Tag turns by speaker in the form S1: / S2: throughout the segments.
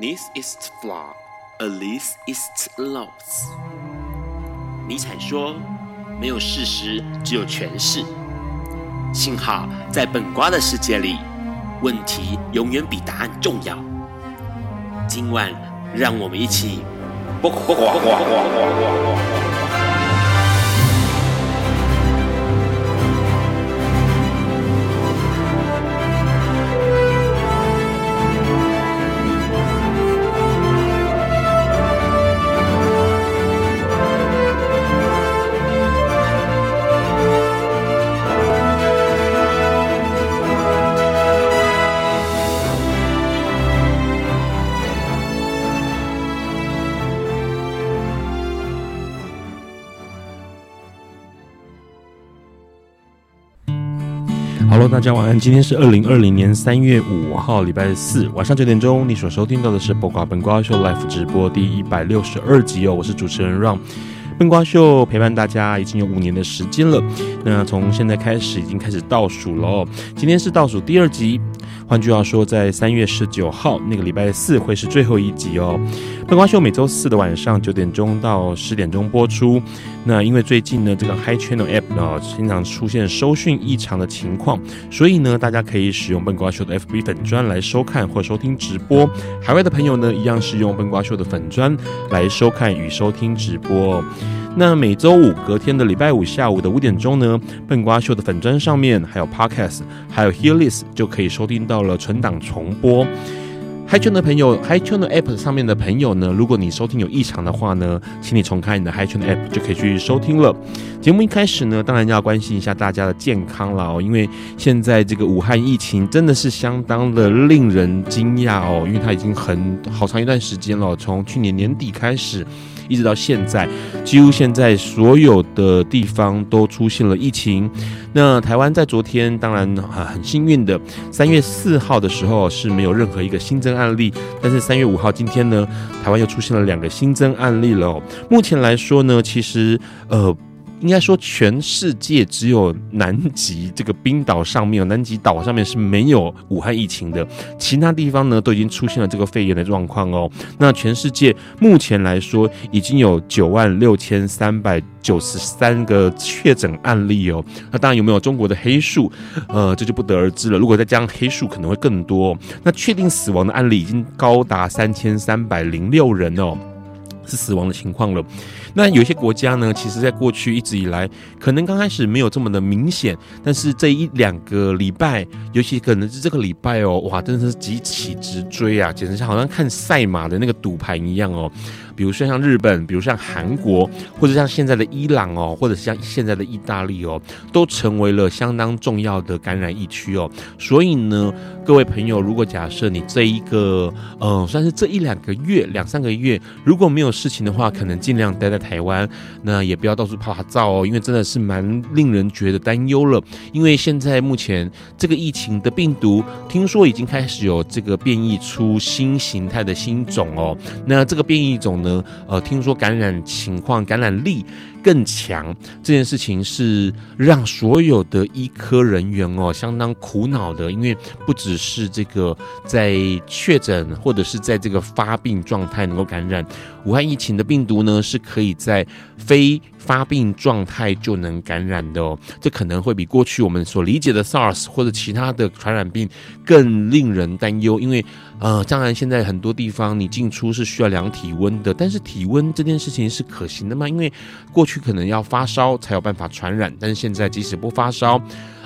S1: This ist flaw, a least ist loss。尼采说：“没有事实，只有诠释。”幸好在本瓜的世界里，问题永远比答案重要。今晚，让我们一起呱呱呱呱呱呱呱呱
S2: 大家晚安，今天是二零二零年三月五号，礼拜四晚上九点钟，你所收听到的是《播瓜本瓜秀》Live 直播第一百六十二集哦，我是主持人 Ron。笨瓜秀陪伴大家已经有五年的时间了，那从现在开始已经开始倒数了哦。今天是倒数第二集，换句话说，在三月十九号那个礼拜四会是最后一集哦。笨瓜秀每周四的晚上九点钟到十点钟播出。那因为最近呢，这个 Hi Channel App 呢经常出现收讯异常的情况，所以呢，大家可以使用笨瓜秀的 FB 粉砖来收看或收听直播。海外的朋友呢，一样是用笨瓜秀的粉砖来收看与收听直播、哦。那每周五隔天的礼拜五下午的五点钟呢，笨瓜秀的粉砖上面还有 Podcast，还有 Hearlist 就可以收听到了存档重播。嗨圈的朋友，嗨圈的 App 上面的朋友呢，如果你收听有异常的话呢，请你重开你的嗨圈的 App 就可以去收听了。节目一开始呢，当然要关心一下大家的健康啦哦，因为现在这个武汉疫情真的是相当的令人惊讶哦，因为它已经很好长一段时间了，从去年年底开始。一直到现在，几乎现在所有的地方都出现了疫情。那台湾在昨天，当然啊很幸运的，三月四号的时候是没有任何一个新增案例，但是三月五号今天呢，台湾又出现了两个新增案例了、哦。目前来说呢，其实呃。应该说，全世界只有南极这个冰岛上面，南极岛上面是没有武汉疫情的，其他地方呢都已经出现了这个肺炎的状况哦。那全世界目前来说，已经有九万六千三百九十三个确诊案例哦。那当然有没有中国的黑数，呃，这就不得而知了。如果再加上黑数，可能会更多、哦。那确定死亡的案例已经高达三千三百零六人哦。是死亡的情况了。那有些国家呢，其实在过去一直以来，可能刚开始没有这么的明显，但是这一两个礼拜，尤其可能是这个礼拜哦，哇，真的是急起直追啊，简直是好像看赛马的那个赌盘一样哦。比如说像日本，比如像韩国，或者像现在的伊朗哦，或者像现在的意大利哦，都成为了相当重要的感染疫区哦。所以呢，各位朋友，如果假设你这一个，嗯、呃，算是这一两个月、两三个月，如果没有事情的话，可能尽量待在台湾，那也不要到处拍拍照哦，因为真的是蛮令人觉得担忧了。因为现在目前这个疫情的病毒，听说已经开始有这个变异出新形态的新种哦。那这个变异种呢？呢，呃，听说感染情况、感染力更强这件事情是让所有的医科人员哦相当苦恼的，因为不只是这个在确诊或者是在这个发病状态能够感染，武汉疫情的病毒呢是可以在非发病状态就能感染的哦，这可能会比过去我们所理解的 SARS 或者其他的传染病更令人担忧，因为呃，当然现在很多地方你进出是需要量体温的，但是体温这件事情是可行的吗？因为过去可能要发烧才有办法传染，但是现在即使不发烧，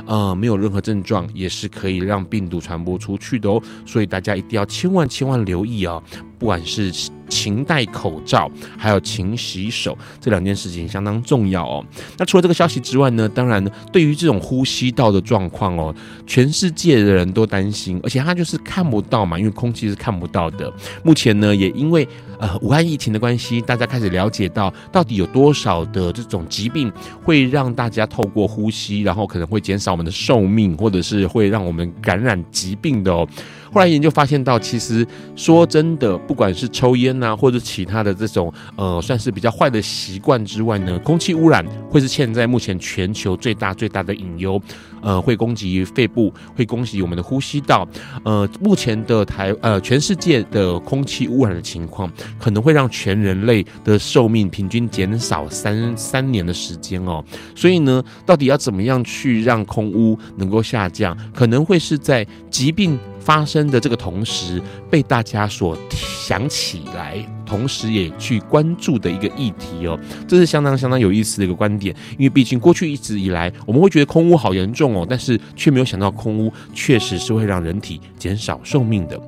S2: 呃，没有任何症状也是可以让病毒传播出去的哦，所以大家一定要千万千万留意啊、哦，不管是。勤戴口罩，还有勤洗手，这两件事情相当重要哦。那除了这个消息之外呢，当然对于这种呼吸道的状况哦，全世界的人都担心，而且他就是看不到嘛，因为空气是看不到的。目前呢，也因为呃武汉疫情的关系，大家开始了解到到底有多少的这种疾病会让大家透过呼吸，然后可能会减少我们的寿命，或者是会让我们感染疾病的哦。后来研究发现到，其实说真的，不管是抽烟呐、或者其他的这种呃，算是比较坏的习惯之外呢，空气污染会是现在目前全球最大最大的隐忧，呃，会攻击肺部，会攻击我们的呼吸道，呃，目前的台呃全世界的空气污染的情况，可能会让全人类的寿命平均减少三三年的时间哦。所以呢，到底要怎么样去让空污能够下降，可能会是在疾病发生的这个同时被大家所想起来，同时也去关注的一个议题哦。这是相当相当有意思的一个观点，因为毕竟过去一直以来我们会觉得空污好严重哦，但是却没有想到空污确实是会让人体减少寿命的。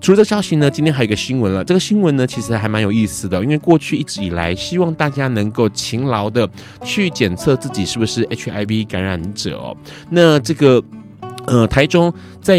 S2: 除了这个消息呢，今天还有一个新闻了。这个新闻呢，其实还蛮有意思的，因为过去一直以来，希望大家能够勤劳的去检测自己是不是 HIV 感染者哦。那这个，呃，台中在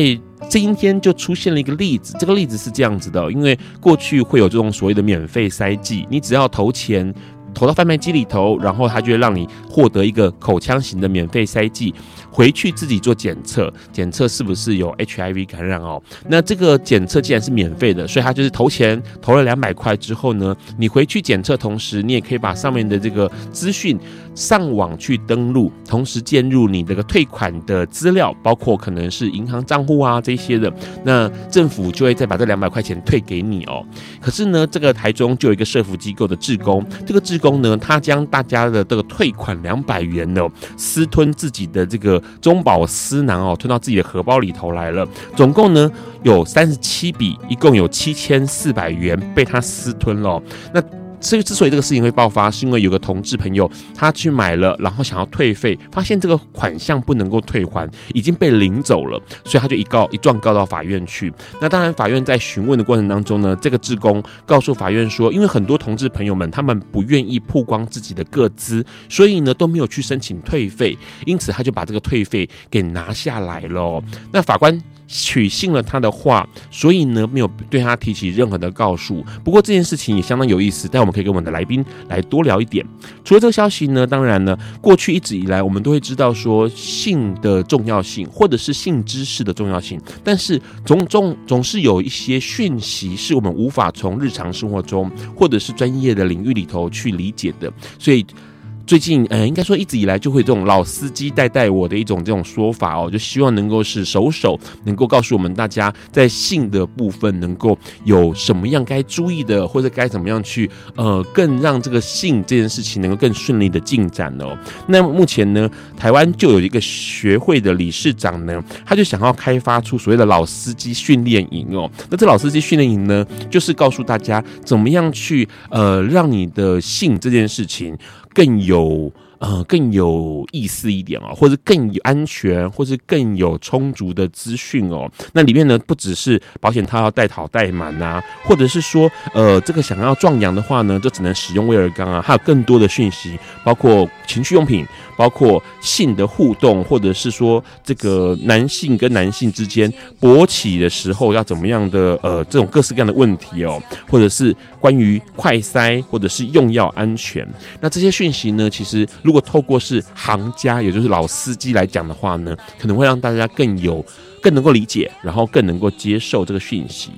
S2: 今天就出现了一个例子，这个例子是这样子的哦、因为过去会有这种所谓的免费塞剂，你只要投钱。投到贩卖机里头，然后它就会让你获得一个口腔型的免费塞剂，回去自己做检测，检测是不是有 HIV 感染哦。那这个检测既然是免费的，所以它就是投钱投了两百块之后呢，你回去检测，同时你也可以把上面的这个资讯上网去登录，同时进入你这个退款的资料，包括可能是银行账户啊这些的，那政府就会再把这两百块钱退给你哦。可是呢，这个台中就有一个社福机构的志工，这个志工呢，他将大家的这个退款两百元呢、哦，私吞自己的这个中饱私囊哦，吞到自己的荷包里头来了。总共呢有三十七笔，一共有七千四百元被他私吞了哦、那所以之所以这个事情会爆发，是因为有个同志朋友他去买了，然后想要退费，发现这个款项不能够退还，已经被领走了，所以他就一告一状告到法院去。那当然，法院在询问的过程当中呢，这个志工告诉法院说，因为很多同志朋友们他们不愿意曝光自己的个资，所以呢都没有去申请退费，因此他就把这个退费给拿下来了哦、那法官取信了他的话，所以呢没有对他提起任何的告诉。不过这件事情也相当有意思，但我们可以跟我们的来宾来多聊一点。除了这个消息呢，当然呢，过去一直以来我们都会知道说性的重要性，或者是性知识的重要性，但是总总总是有一些讯息是我们无法从日常生活中或者是专业的领域里头去理解的，所以。最近，呃，应该说一直以来就会有这种老司机带带我的一种这种说法哦，就希望能够是首手能够告诉我们大家在性的部分能够有什么样该注意的，或者该怎么样去呃更让这个性这件事情能够更顺利的进展哦。那目前呢，台湾就有一个学会的理事长呢，他就想要开发出所谓的老司机训练营哦。那这老司机训练营呢，就是告诉大家怎么样去呃让你的性这件事情。更有呃更有意思一点哦，或者更有安全，或是更有充足的资讯哦。那里面呢，不只是保险套要带好带满呐，或者是说呃这个想要壮阳的话呢，就只能使用威尔刚啊，还有更多的讯息，包括情趣用品，包括性的互动，或者是说这个男性跟男性之间勃起的时候要怎么样的呃这种各式各样的问题哦，或者是关于快塞或者是用药安全。那这些讯息呢，其实如果透过是行家，也就是老司机来讲的话呢，可能会让大家更有、更能够理解，然后更能够接受这个讯息。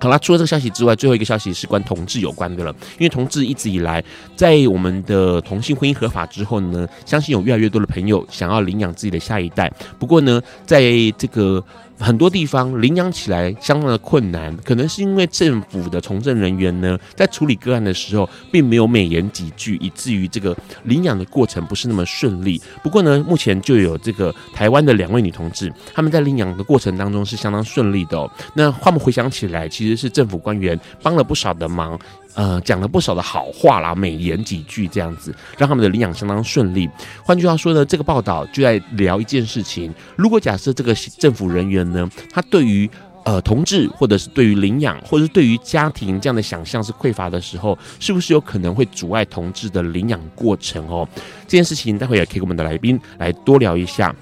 S2: 好啦，除了这个消息之外，最后一个消息是关同志有关的了。因为同志一直以来，在我们的同性婚姻合法之后呢，相信有越来越多的朋友想要领养自己的下一代。不过呢，在这个很多地方领养起来相当的困难，可能是因为政府的从政人员呢，在处理个案的时候，并没有美言几句，以至于这个领养的过程不是那么顺利。不过呢，目前就有这个台湾的两位女同志，她们在领养的过程当中是相当顺利的、哦。那话们回想起来，其实是政府官员帮了不少的忙，呃，讲了不少的好话啦，美言几句这样子，让他们的领养相当顺利。换句话说呢，这个报道就在聊一件事情：如果假设这个政府人员呢，他对于呃同志，或者是对于领养，或者是对于家庭这样的想象是匮乏的时候，是不是有可能会阻碍同志的领养过程哦？这件事情待会也可以跟我们的来宾来多聊一下。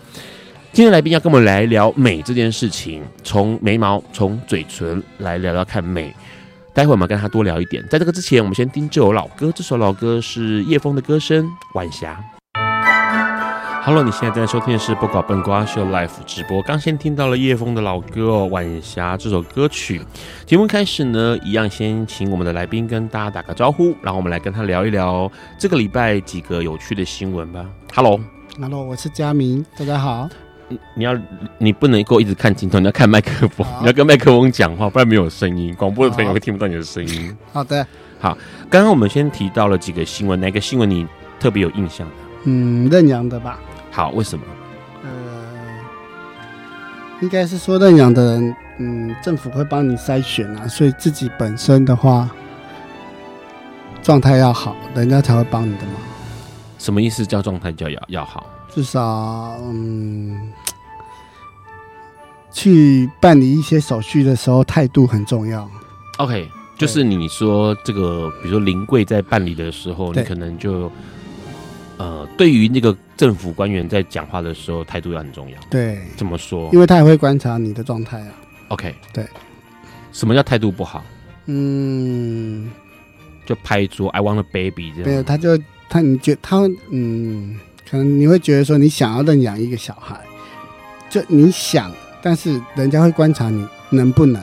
S2: 今天来宾要跟我们来聊美这件事情，从眉毛、从嘴唇来聊聊看美。待会我们跟他多聊一点。在这个之前，我们先听这首老歌，这首老歌是叶枫的歌声《晚霞》。Hello，你现在正在收听的是《不搞笨瓜秀》Live 直播。刚先听到了叶枫的老歌哦《晚霞》这首歌曲。节目开始呢，一样先请我们的来宾跟大家打个招呼，然后我们来跟他聊一聊这个礼拜几个有趣的新闻吧。Hello，
S3: Hello，我是佳明，大家好。
S2: 你你要你不能够一直看镜头，你要看麦克风，
S3: 好
S2: 你要跟麦克风讲话，不然没有声音，广播的朋友
S3: 好
S2: 会听不到你的声音。
S3: 好的，
S2: 刚刚我们先提到了几个新闻，哪个新闻你特别有印象？
S3: 嗯，认养的吧，
S2: 好，为什么？
S3: 呃，应该是说认养的人，嗯，政府会帮你筛选啊，所以自己本身的话，状态要好，人家才会帮你的嘛。
S2: 什么意思叫状态叫要要好？
S3: 至少，嗯，去办理一些手续的时候，态度很重要。
S2: OK，就是你说这个，比如说临柜在办理的时候，你
S3: 对
S2: 可能就呃，对于那个政府官员在讲话的时候，态度要很重要。
S3: 对，
S2: 怎么说
S3: 因为他也会观察你的状态啊。
S2: ？OK，
S3: 对，
S2: 什么叫态度不好？
S3: 嗯，
S2: 就拍桌，I want a baby 这
S3: 没有，
S2: 样。
S3: 他就他你觉他嗯，可能你会觉得说你想要认养一个小孩，就你想，但是人家会观察你能不能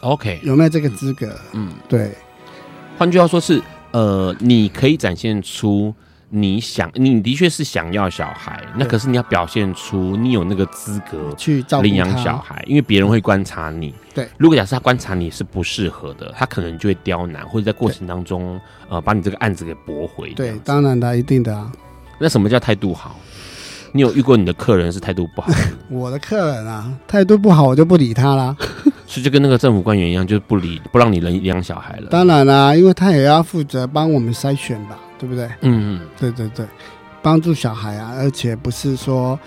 S2: OK，
S3: 有没有这个资格。
S2: 嗯，
S3: 对
S2: 换句话说是，呃，你可以展现出你想，你的确是想要小孩，那
S3: 对
S2: 可是你要表现出你有那个资格
S3: 去照顾
S2: 嗯领养小
S3: 他，
S2: 孩，因为别人会观察你。
S3: 对，
S2: 如果假设他观察你是不适合的，他可能就会刁难，或者在过程当中，呃，把你这个案子给驳回。这
S3: 对
S2: 样，子
S3: 当然的，一定的啊。
S2: 那什么叫态度好？你有遇过你的客人是态度不好，
S3: 我的客人啊，态度不好，我就不理他啦。
S2: 嗯是就跟那个政府官员一样，就是不理不让你领养小孩了。
S3: 当，然啦、因为他也要负责帮我们筛选吧，对不对？
S2: 嗯，嗯
S3: 对对对，帮助小孩啊，而且不是说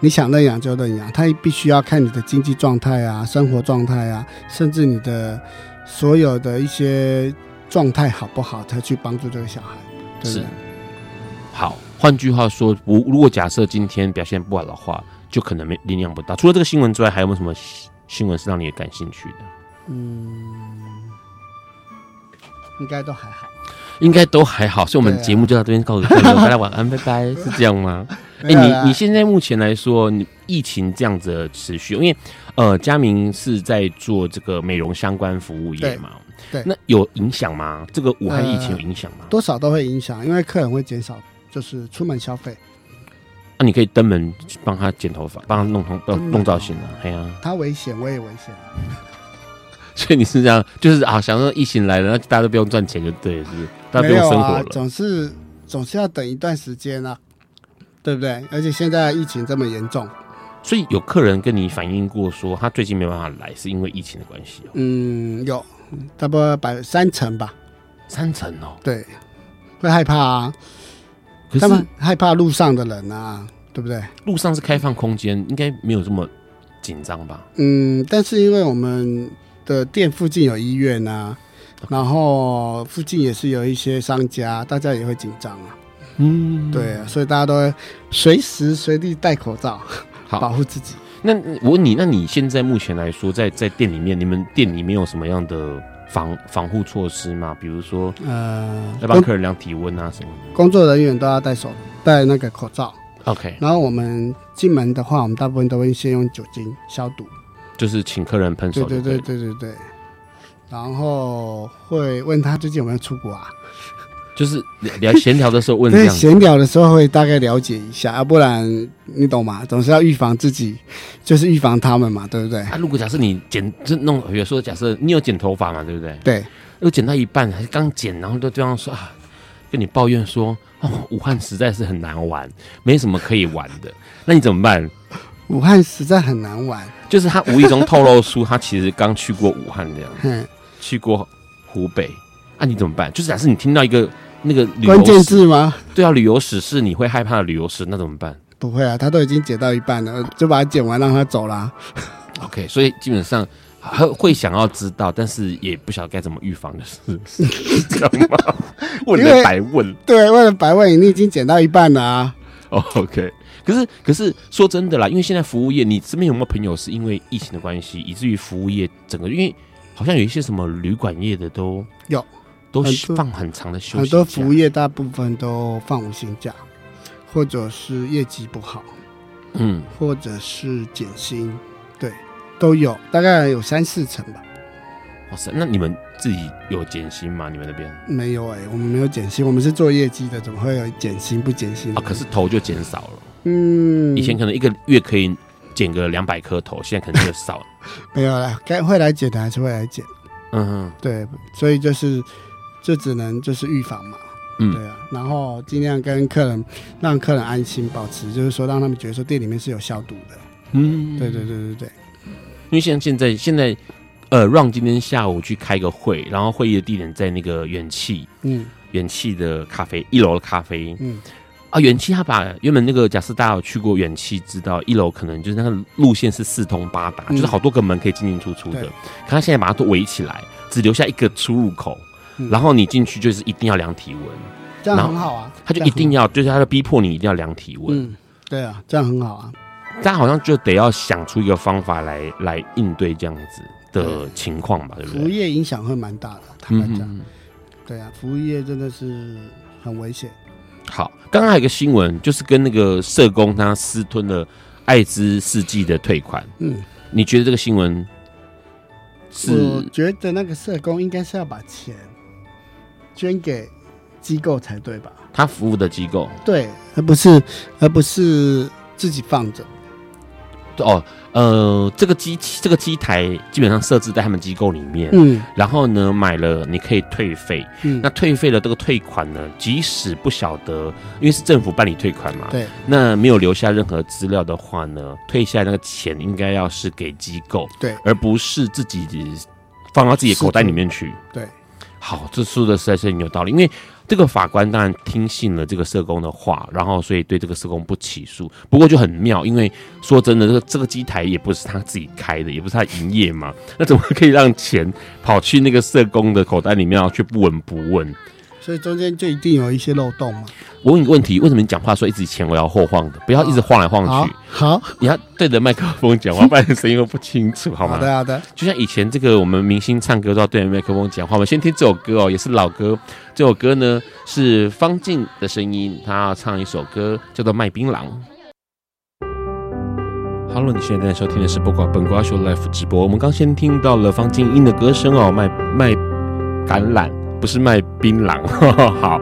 S3: 你想认养就认养，他必须要看你的经济状态啊、生活状态啊，甚至你的所有的一些状态好不好，才去帮助这个小孩，对不
S2: 是
S3: 对？
S2: 好。换句话说，如如果假设今天表现不好的话，就可能没领养不到。除了这个新闻之外，还有没有什么新新闻是让你感兴趣的？
S3: 应该都还好。
S2: 应该都还好，所以我们
S3: 对啊
S2: 节目就到这边告一段落，大家晚安，拜拜，是这样吗？哎、
S3: 没有啦
S2: 你你现在目前来说，你疫情这样子的持续，因为呃，佳明是在做这个美容相关服务业嘛，
S3: 对对呃
S2: 那有影响吗？这个武汉疫情有影响吗？
S3: 多少都会影响，因为客人会减少就是出门消费，
S2: 那、你可以登门去帮他剪头发，帮他弄头呃弄造型啊，哎呀、
S3: 他危险我也危险啊，
S2: 所以你是这样，就是啊，想说疫情来了，那大家都不用赚钱就对了，是不是？大家不
S3: 没
S2: 用
S3: 有
S2: 生活
S3: 啊
S2: 了，，
S3: 总是总是要等一段时间啊，对不对？而且现在疫情这么严重。
S2: 所以有客人跟你反映过说，他最近没办法来，是因为疫情的关系哦、
S3: 嗯，有，差不多百三成吧。
S2: 三层哦、
S3: 对，会害怕啊，
S2: 可
S3: 他
S2: 是
S3: 们害怕路上的人啊，对不对？
S2: 路上是开放空间，应该没有这么紧张吧？
S3: 嗯，但是因为我们的店附近有医院啊，然后附近也是有一些商家，大家也会紧张啊。
S2: 嗯，
S3: 对啊，所以大家都会随时随地戴口罩，保
S2: 好，
S3: 护自己。
S2: 那我问你，那你现在目前来说，在在店里面，你们店里面有什么样的防防护措施吗？比如说
S3: 呃，
S2: 要帮
S3: 工
S2: 客人量体温啊什么的
S3: 工作人员都要戴手戴那个口罩，
S2: ？OK，
S3: 然后我们进门的话，我们大部分都会先用酒精消毒。
S2: 就是请客人喷
S3: 对
S2: 手
S3: 对
S2: 就
S3: 对
S2: 了
S3: 对对对。然后会问他最近有没有出国啊？
S2: 就是聊闲聊的时候问这
S3: 对，
S2: 样子。
S3: 闲聊的时候会大概了解一下，要啊不然你懂吗？总是要预防自己，就是预防他们嘛，对不对？
S2: 啊，如果假设你剪就弄，比如说假设你有剪头发嘛，对不对？
S3: 对，
S2: 又剪到一半，还刚剪，然后对对方说啊，跟你抱怨说，哦，武汉实在是很难玩，没什么可以玩的，那你怎么办？
S3: 武汉实在很难玩，
S2: 就是他无意中透露出他其实刚去过武汉这样，
S3: 哼，
S2: 去过湖北，啊，你怎么办？就是假设你听到一个那个旅
S3: 关
S2: 游
S3: 键
S2: 史，
S3: 字吗？
S2: 对啊，旅游史是你会害怕的旅游史，那怎么办
S3: 不会啊，他都已经剪到一半了，就把它剪完让他走啦。
S2: ？OK，所以基本上还会想要知道，但是也不晓得该怎么预防的事，是这样 吗？问
S3: 因
S2: 了
S3: 为
S2: 白问
S3: 对，为了白问你，你已经剪到一半了啊。
S2: 哦，OK。可是，可是说真的啦，因为现在服务业，你身边有没有朋友是因为疫情的关系，以至于服务业整个因为好像有一些什么旅馆业的都
S3: 有，
S2: 都
S3: 很
S2: 是
S3: 多
S2: 放很长的休息
S3: 很多
S2: 假
S3: 服务业大部分都放无薪假，或者是业绩不好，
S2: 嗯，
S3: 或者是减薪，对，都有，大概有三四成吧。
S2: 哇塞，那你们自己有减薪吗？你们那边
S3: 没有哎、我们没有减薪，我们是做业绩的，怎么会有减薪不减薪
S2: 啊
S3: 的？，
S2: 可是头就减少了，
S3: 嗯，
S2: 以前可能一个月可以减个两百颗头，现在可能就少了。
S3: 没有啦，该会来减的还是会来减，
S2: 嗯哼
S3: 对，所以就是就只能就是预防嘛，
S2: 嗯
S3: 对啊，然后尽量跟客人让客人安心，保持就是说让他们觉得说店里面是有消毒的，
S2: 嗯，
S3: 对对对对对，
S2: 因为像现在现在，呃，让今天下午去开个会，然后会议的地点在那个远气
S3: 嗯
S2: 远气的咖啡一楼的咖啡
S3: 嗯，
S2: 啊，远气他把原本那个假设大家有去过远气，知道一楼可能就是那个路线是四通八达，
S3: 嗯
S2: 就是好多个门可以进进出出的
S3: 对，
S2: 可他现在把它都围起来，只留下一个出入口，
S3: 嗯
S2: 然后你进去就是一定要量体温，
S3: 这样
S2: 然后
S3: 很好啊，
S2: 他就
S3: 这样
S2: 一
S3: 很
S2: 定
S3: 好
S2: 要就是他就逼迫你一定要量体温，
S3: 嗯，对啊，这样很好啊，
S2: 大家好像就得要想出一个方法来来应对这样子的情况吧，对不
S3: 服务
S2: 对？
S3: 业影响会蛮大的，坦白
S2: 嗯，嗯
S3: 讲，
S2: 嗯
S3: 对啊，服务业真的是很危险，
S2: 好，刚刚还有一个新闻，就是跟那个社工他私吞了艾滋试剂的退款，
S3: 嗯，
S2: 你觉得这个新闻
S3: 我
S2: 是
S3: 觉得那个社工应该是要把钱捐给机构才对吧？
S2: 他服务的机构
S3: 对，而不是而不是自己放着。
S2: 哦？呃，这个机器这个机台基本上设置在他们机构里面，
S3: 嗯
S2: 然后呢买了你可以退费，
S3: 嗯
S2: 那，退费的这个退款呢，即使不晓得，因为是政府办理退款嘛，
S3: 对，
S2: 那没有留下任何资料的话呢，退下来那个钱应该要是给机构，
S3: 对
S2: 而不是自己放到自己的口袋里面去。
S3: 对，
S2: 好，这说的实在是很有道理，因为这个法官当然听信了这个社工的话，然后所以对这个社工不起诉。不过就很妙，因为说真的，这个这个机台也不是他自己开的，也不是他营业嘛，那怎么可以让钱跑去那个社工的口袋里面，然后却不闻不问？
S3: 所以中间就一定有一些漏洞嘛。
S2: 我问你个问题，为什么你讲话说一直前摇后晃的，不要一直晃来晃
S3: 好
S2: 去？，
S3: 好，
S2: 你要对着麦克风讲话，不然声音会不清楚，好吗？
S3: 好的，好的，
S2: 就像以前这个我们明星唱歌都要对着麦克风讲话，我们先听这首歌哦，也是老歌。这首歌呢是方静的声音，她要唱一首歌叫做《卖槟榔》。Hello，你现在正在收听的是不管本瓜秀 Life 直播。我们刚先听到了方静音的歌声哦，卖卖橄榄不是卖槟榔。 好，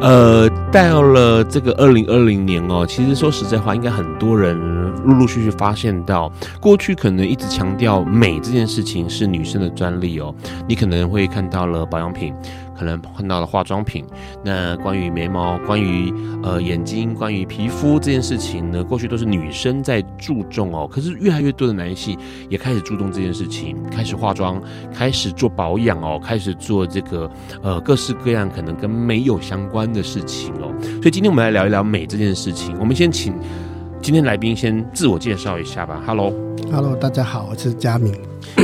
S2: 呃，到了这个二零二零年哦，其实说实在话，应该很多人陆陆续续发现到，过去可能一直强调美这件事情是女生的专利哦，你可能会看到了保养品，可能看到了化妆品。那关于眉毛、关于呃眼睛、关于皮肤这件事情呢，过去都是女生在注重哦。可是越来越多的男性也开始注重这件事情，开始化妆，开始做保养哦，开始做这个呃各式各样可能跟美有相关的事情哦。所以今天我们来聊一聊美这件事情。我们先请今天来宾先自我介绍一下吧。Hello。
S3: Hello，大家好，我是佳明。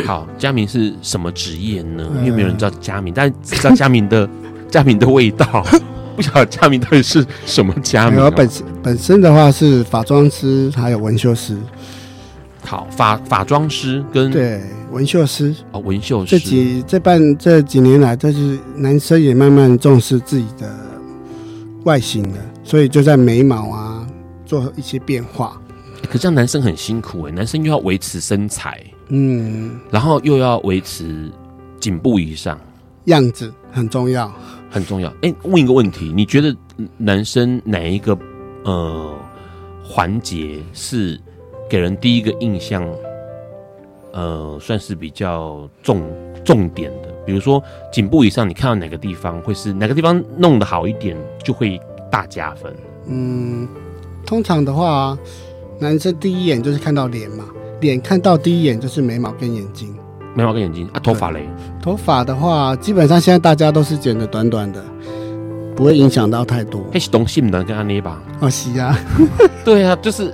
S2: 好，佳明是什么职业呢？
S3: 嗯
S2: 因为没有人知道佳明，但只知道佳明的 佳明的味道， 不晓得佳明到底是什么佳明、
S3: 我
S2: 哦。
S3: 本身本身的话是法妆师，还有文绣师。
S2: 好法法妆师跟
S3: 对，文绣师
S2: 哦纹绣
S3: 这
S2: 师，
S3: 几这半这几年来，就是男生也慢慢重视自己的外形了，所以就在眉毛啊做一些变化。
S2: 可这样男生很辛苦哎，男生又要维持身材，
S3: 嗯，
S2: 然后又要维持颈部以上，
S3: 样子很重要。
S2: 很重要。哎、问一个问题，你觉得男生哪一个呃环节是给人第一个印象，呃，算是比较重重点的？比如说颈部以上，你看到哪个地方会是哪个地方弄得好一点，就会大加分。
S3: 嗯，通常的话，啊男生第一眼就是看到脸嘛，脸看到第一眼就是眉毛跟眼睛。
S2: 眉毛跟眼睛啊，头发嘞，
S3: 头发的话，基本上现在大家都是剪的短短的，不会影响到太多。
S2: 那是东西男跟阿捏吧？
S3: 哦，是啊，
S2: 对啊，就是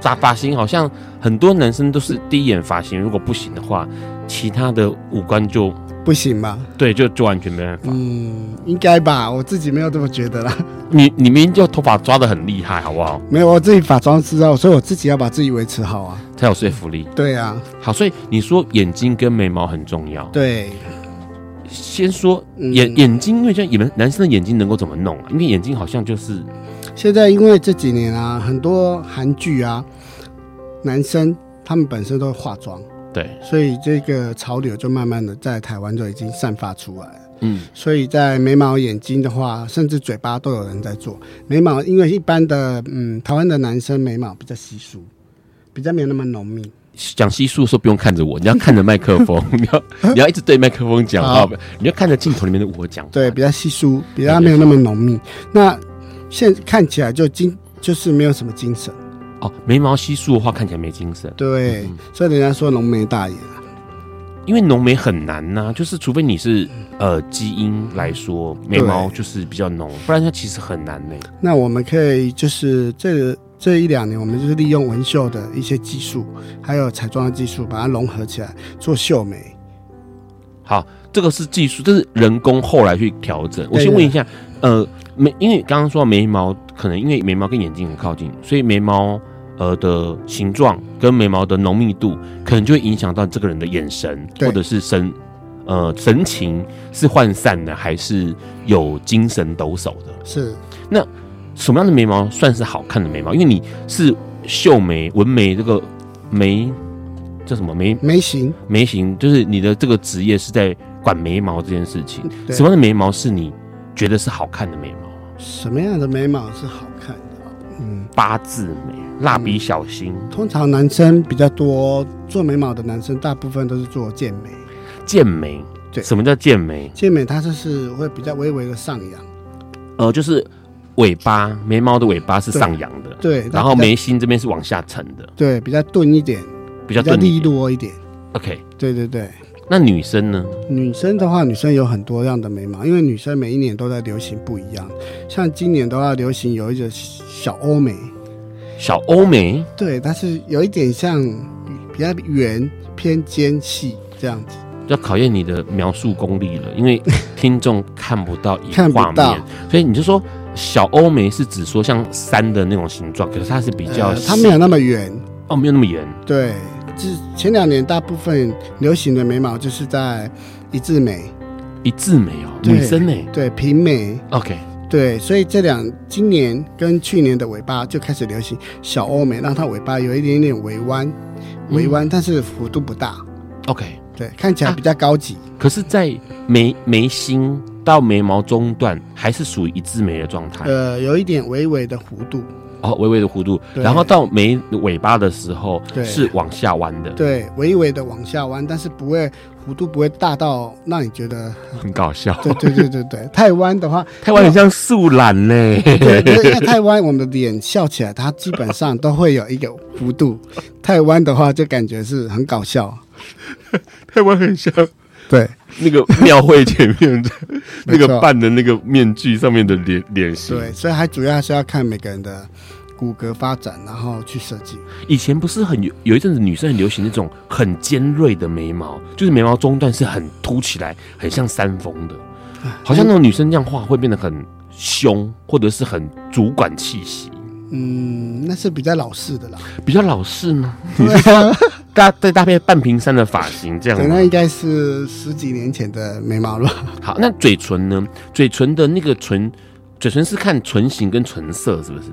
S2: 扎发型，好像很多男生都是第一眼发型，如果不行的话，其他的五官就
S3: 不行吧？
S2: 对，就就完全没办法。
S3: 嗯，应该吧，我自己没有这么觉得啦。
S2: 你你明明就头发抓的很厉害，好不好？
S3: 没有，我自己发妆师啊，所以我自己要把自己维持好啊。
S2: 才有说服力。
S3: 对啊，
S2: 好，所以你说眼睛跟眉毛很重要。，
S3: 对，
S2: 先说
S3: 嗯
S2: 眼、眼睛，因为像你们男生的眼睛能够怎么弄啊？因为眼睛好像就是
S3: 现在因为这几年啊，很多韩剧啊，男生他们本身都会化妆，
S2: 对，
S3: 所以这个潮流就慢慢的在台湾就已经散发出来了。
S2: 嗯，
S3: 所以在眉毛、眼睛的话，甚至嘴巴都有人在做眉毛，因为一般的嗯，台湾的男生眉毛比较稀疏，比较没有那么浓密。
S2: 讲稀疏的时候不用看着我，你要看着麦克 风，你要你要一直对麦克风讲话
S3: 好，
S2: 你要看着镜头里面的我讲话。
S3: 啊对，比较稀疏，比较没有那么浓密。那现看起来就精，就是没有什么精神。
S2: 哦，眉毛稀疏的话看起来没精神，
S3: 对，所以人家说浓眉大眼啊。
S2: 因为浓眉很难呐、就是除非你是呃基因来说
S3: 嗯
S2: 眉毛就是比较浓，不然它其实很难呢、
S3: 那我们可以就是这这一两年，我们就是利用纹绣的一些技术，还有彩妆的技术，把它融合起来做绣眉。
S2: 好，这个是技术，这是人工后来去调整。我
S3: 对
S2: 先问一下，呃，眉，因为刚刚说眉毛，可能因为眉毛跟眼睛很靠近，所以眉毛呃的形状跟眉毛的浓密度，可能就会影响到这个人的眼神
S3: 对
S2: 或者是神呃神情是涣散的，还是有精神抖擞的？
S3: 是，
S2: 什么样的眉毛算是好看的眉毛？因为你是秀眉、纹眉这个眉叫什么眉
S3: 眉形
S2: 眉形，就是你的这个职业是在管眉毛这件事情。
S3: 对
S2: 什么样的眉毛是你觉得是好看的眉毛？
S3: 什么样的眉毛是好看的？嗯，
S2: 八字眉、蜡笔小新、
S3: 通常男生比较多做眉毛的男生，大部分都是做剑眉。
S2: 剑眉。
S3: 对
S2: 什么叫剑眉？
S3: 剑眉它就是会比较微微的上扬，
S2: 呃，就是尾巴，眉毛的尾巴是
S3: 对
S2: 上扬的，
S3: 对，
S2: 然后
S3: 它比较
S2: 眉心这边是往下沉的，
S3: 对比较钝一点，
S2: 比
S3: 比
S2: 较
S3: 较
S2: 钝一
S3: 利
S2: 点。
S3: 落一点。
S2: OK，
S3: 对对对，
S2: 那女生呢？
S3: 女生的话，女生有很多样的眉毛，因为女生每一年都在流行不一样。像今年的话，流行有一个小欧眉，
S2: 小欧眉，
S3: 对，它是有一点像比较圆偏尖细这样子。
S2: 要考验你的描述功力了，因为听众看不到一
S3: 看不
S2: 画
S3: 到
S2: 面，所以你就说小欧眉是指说像山的那种形状，可是它是比较
S3: 呃
S2: 细、
S3: 它没有那么圆，
S2: 哦，没有那么圆，
S3: 对，这前两年大部分流行的眉毛就是在一字眉，
S2: 一字眉哦，
S3: 对
S2: 女生呢
S3: 对平眉，
S2: ？OK，
S3: 对，所以这两今年跟去年的尾巴就开始流行小欧眉，让它尾巴有一点点微弯，微弯，但是幅度不大，
S2: OK，
S3: 对，看起来
S2: 啊
S3: 比较高级。
S2: 可是，在眉眉心到眉毛中段还是属于一字眉的状态，
S3: 呃，有一点微微的弧度，
S2: 哦，微微的弧度，
S3: 对
S2: 然后到眉尾巴的时候
S3: 对
S2: 是往下弯的，
S3: 对，微微的往下弯，但是不会弧度不会大到让你觉得，
S2: 很搞 笑，
S3: 对对对对对，太弯的话，
S2: 台湾很像素欸懒呢。
S3: 对，因为因为太弯，我们的脸笑起来，它基本上都会有一个弧度，太弯的话就感觉是很搞笑，
S2: 台湾很像
S3: 对，
S2: 那个庙会前面的那
S3: 没错
S2: 个扮的那个面具上面的脸脸型。
S3: 对，所以还主要还是要看每个人的骨骼发展，然后去设计。
S2: 以前不是很有有一阵子女生很流行那种很尖锐的眉毛，就是眉毛中段是很凸起来，很像山峰的，
S3: 哎
S2: 好像那种女生这样画会变得很凶，或者是很主管气息，
S3: 嗯，那是比较老式的啦，
S2: 比较老式吗？
S3: 啊
S2: 你是说搭再搭配半屏山的发型这样
S3: 对，
S2: 吗
S3: 那应该是十几年前的眉毛了。
S2: 好，那嘴唇呢？嘴唇的那个唇，嘴唇是看唇形跟唇色是不是？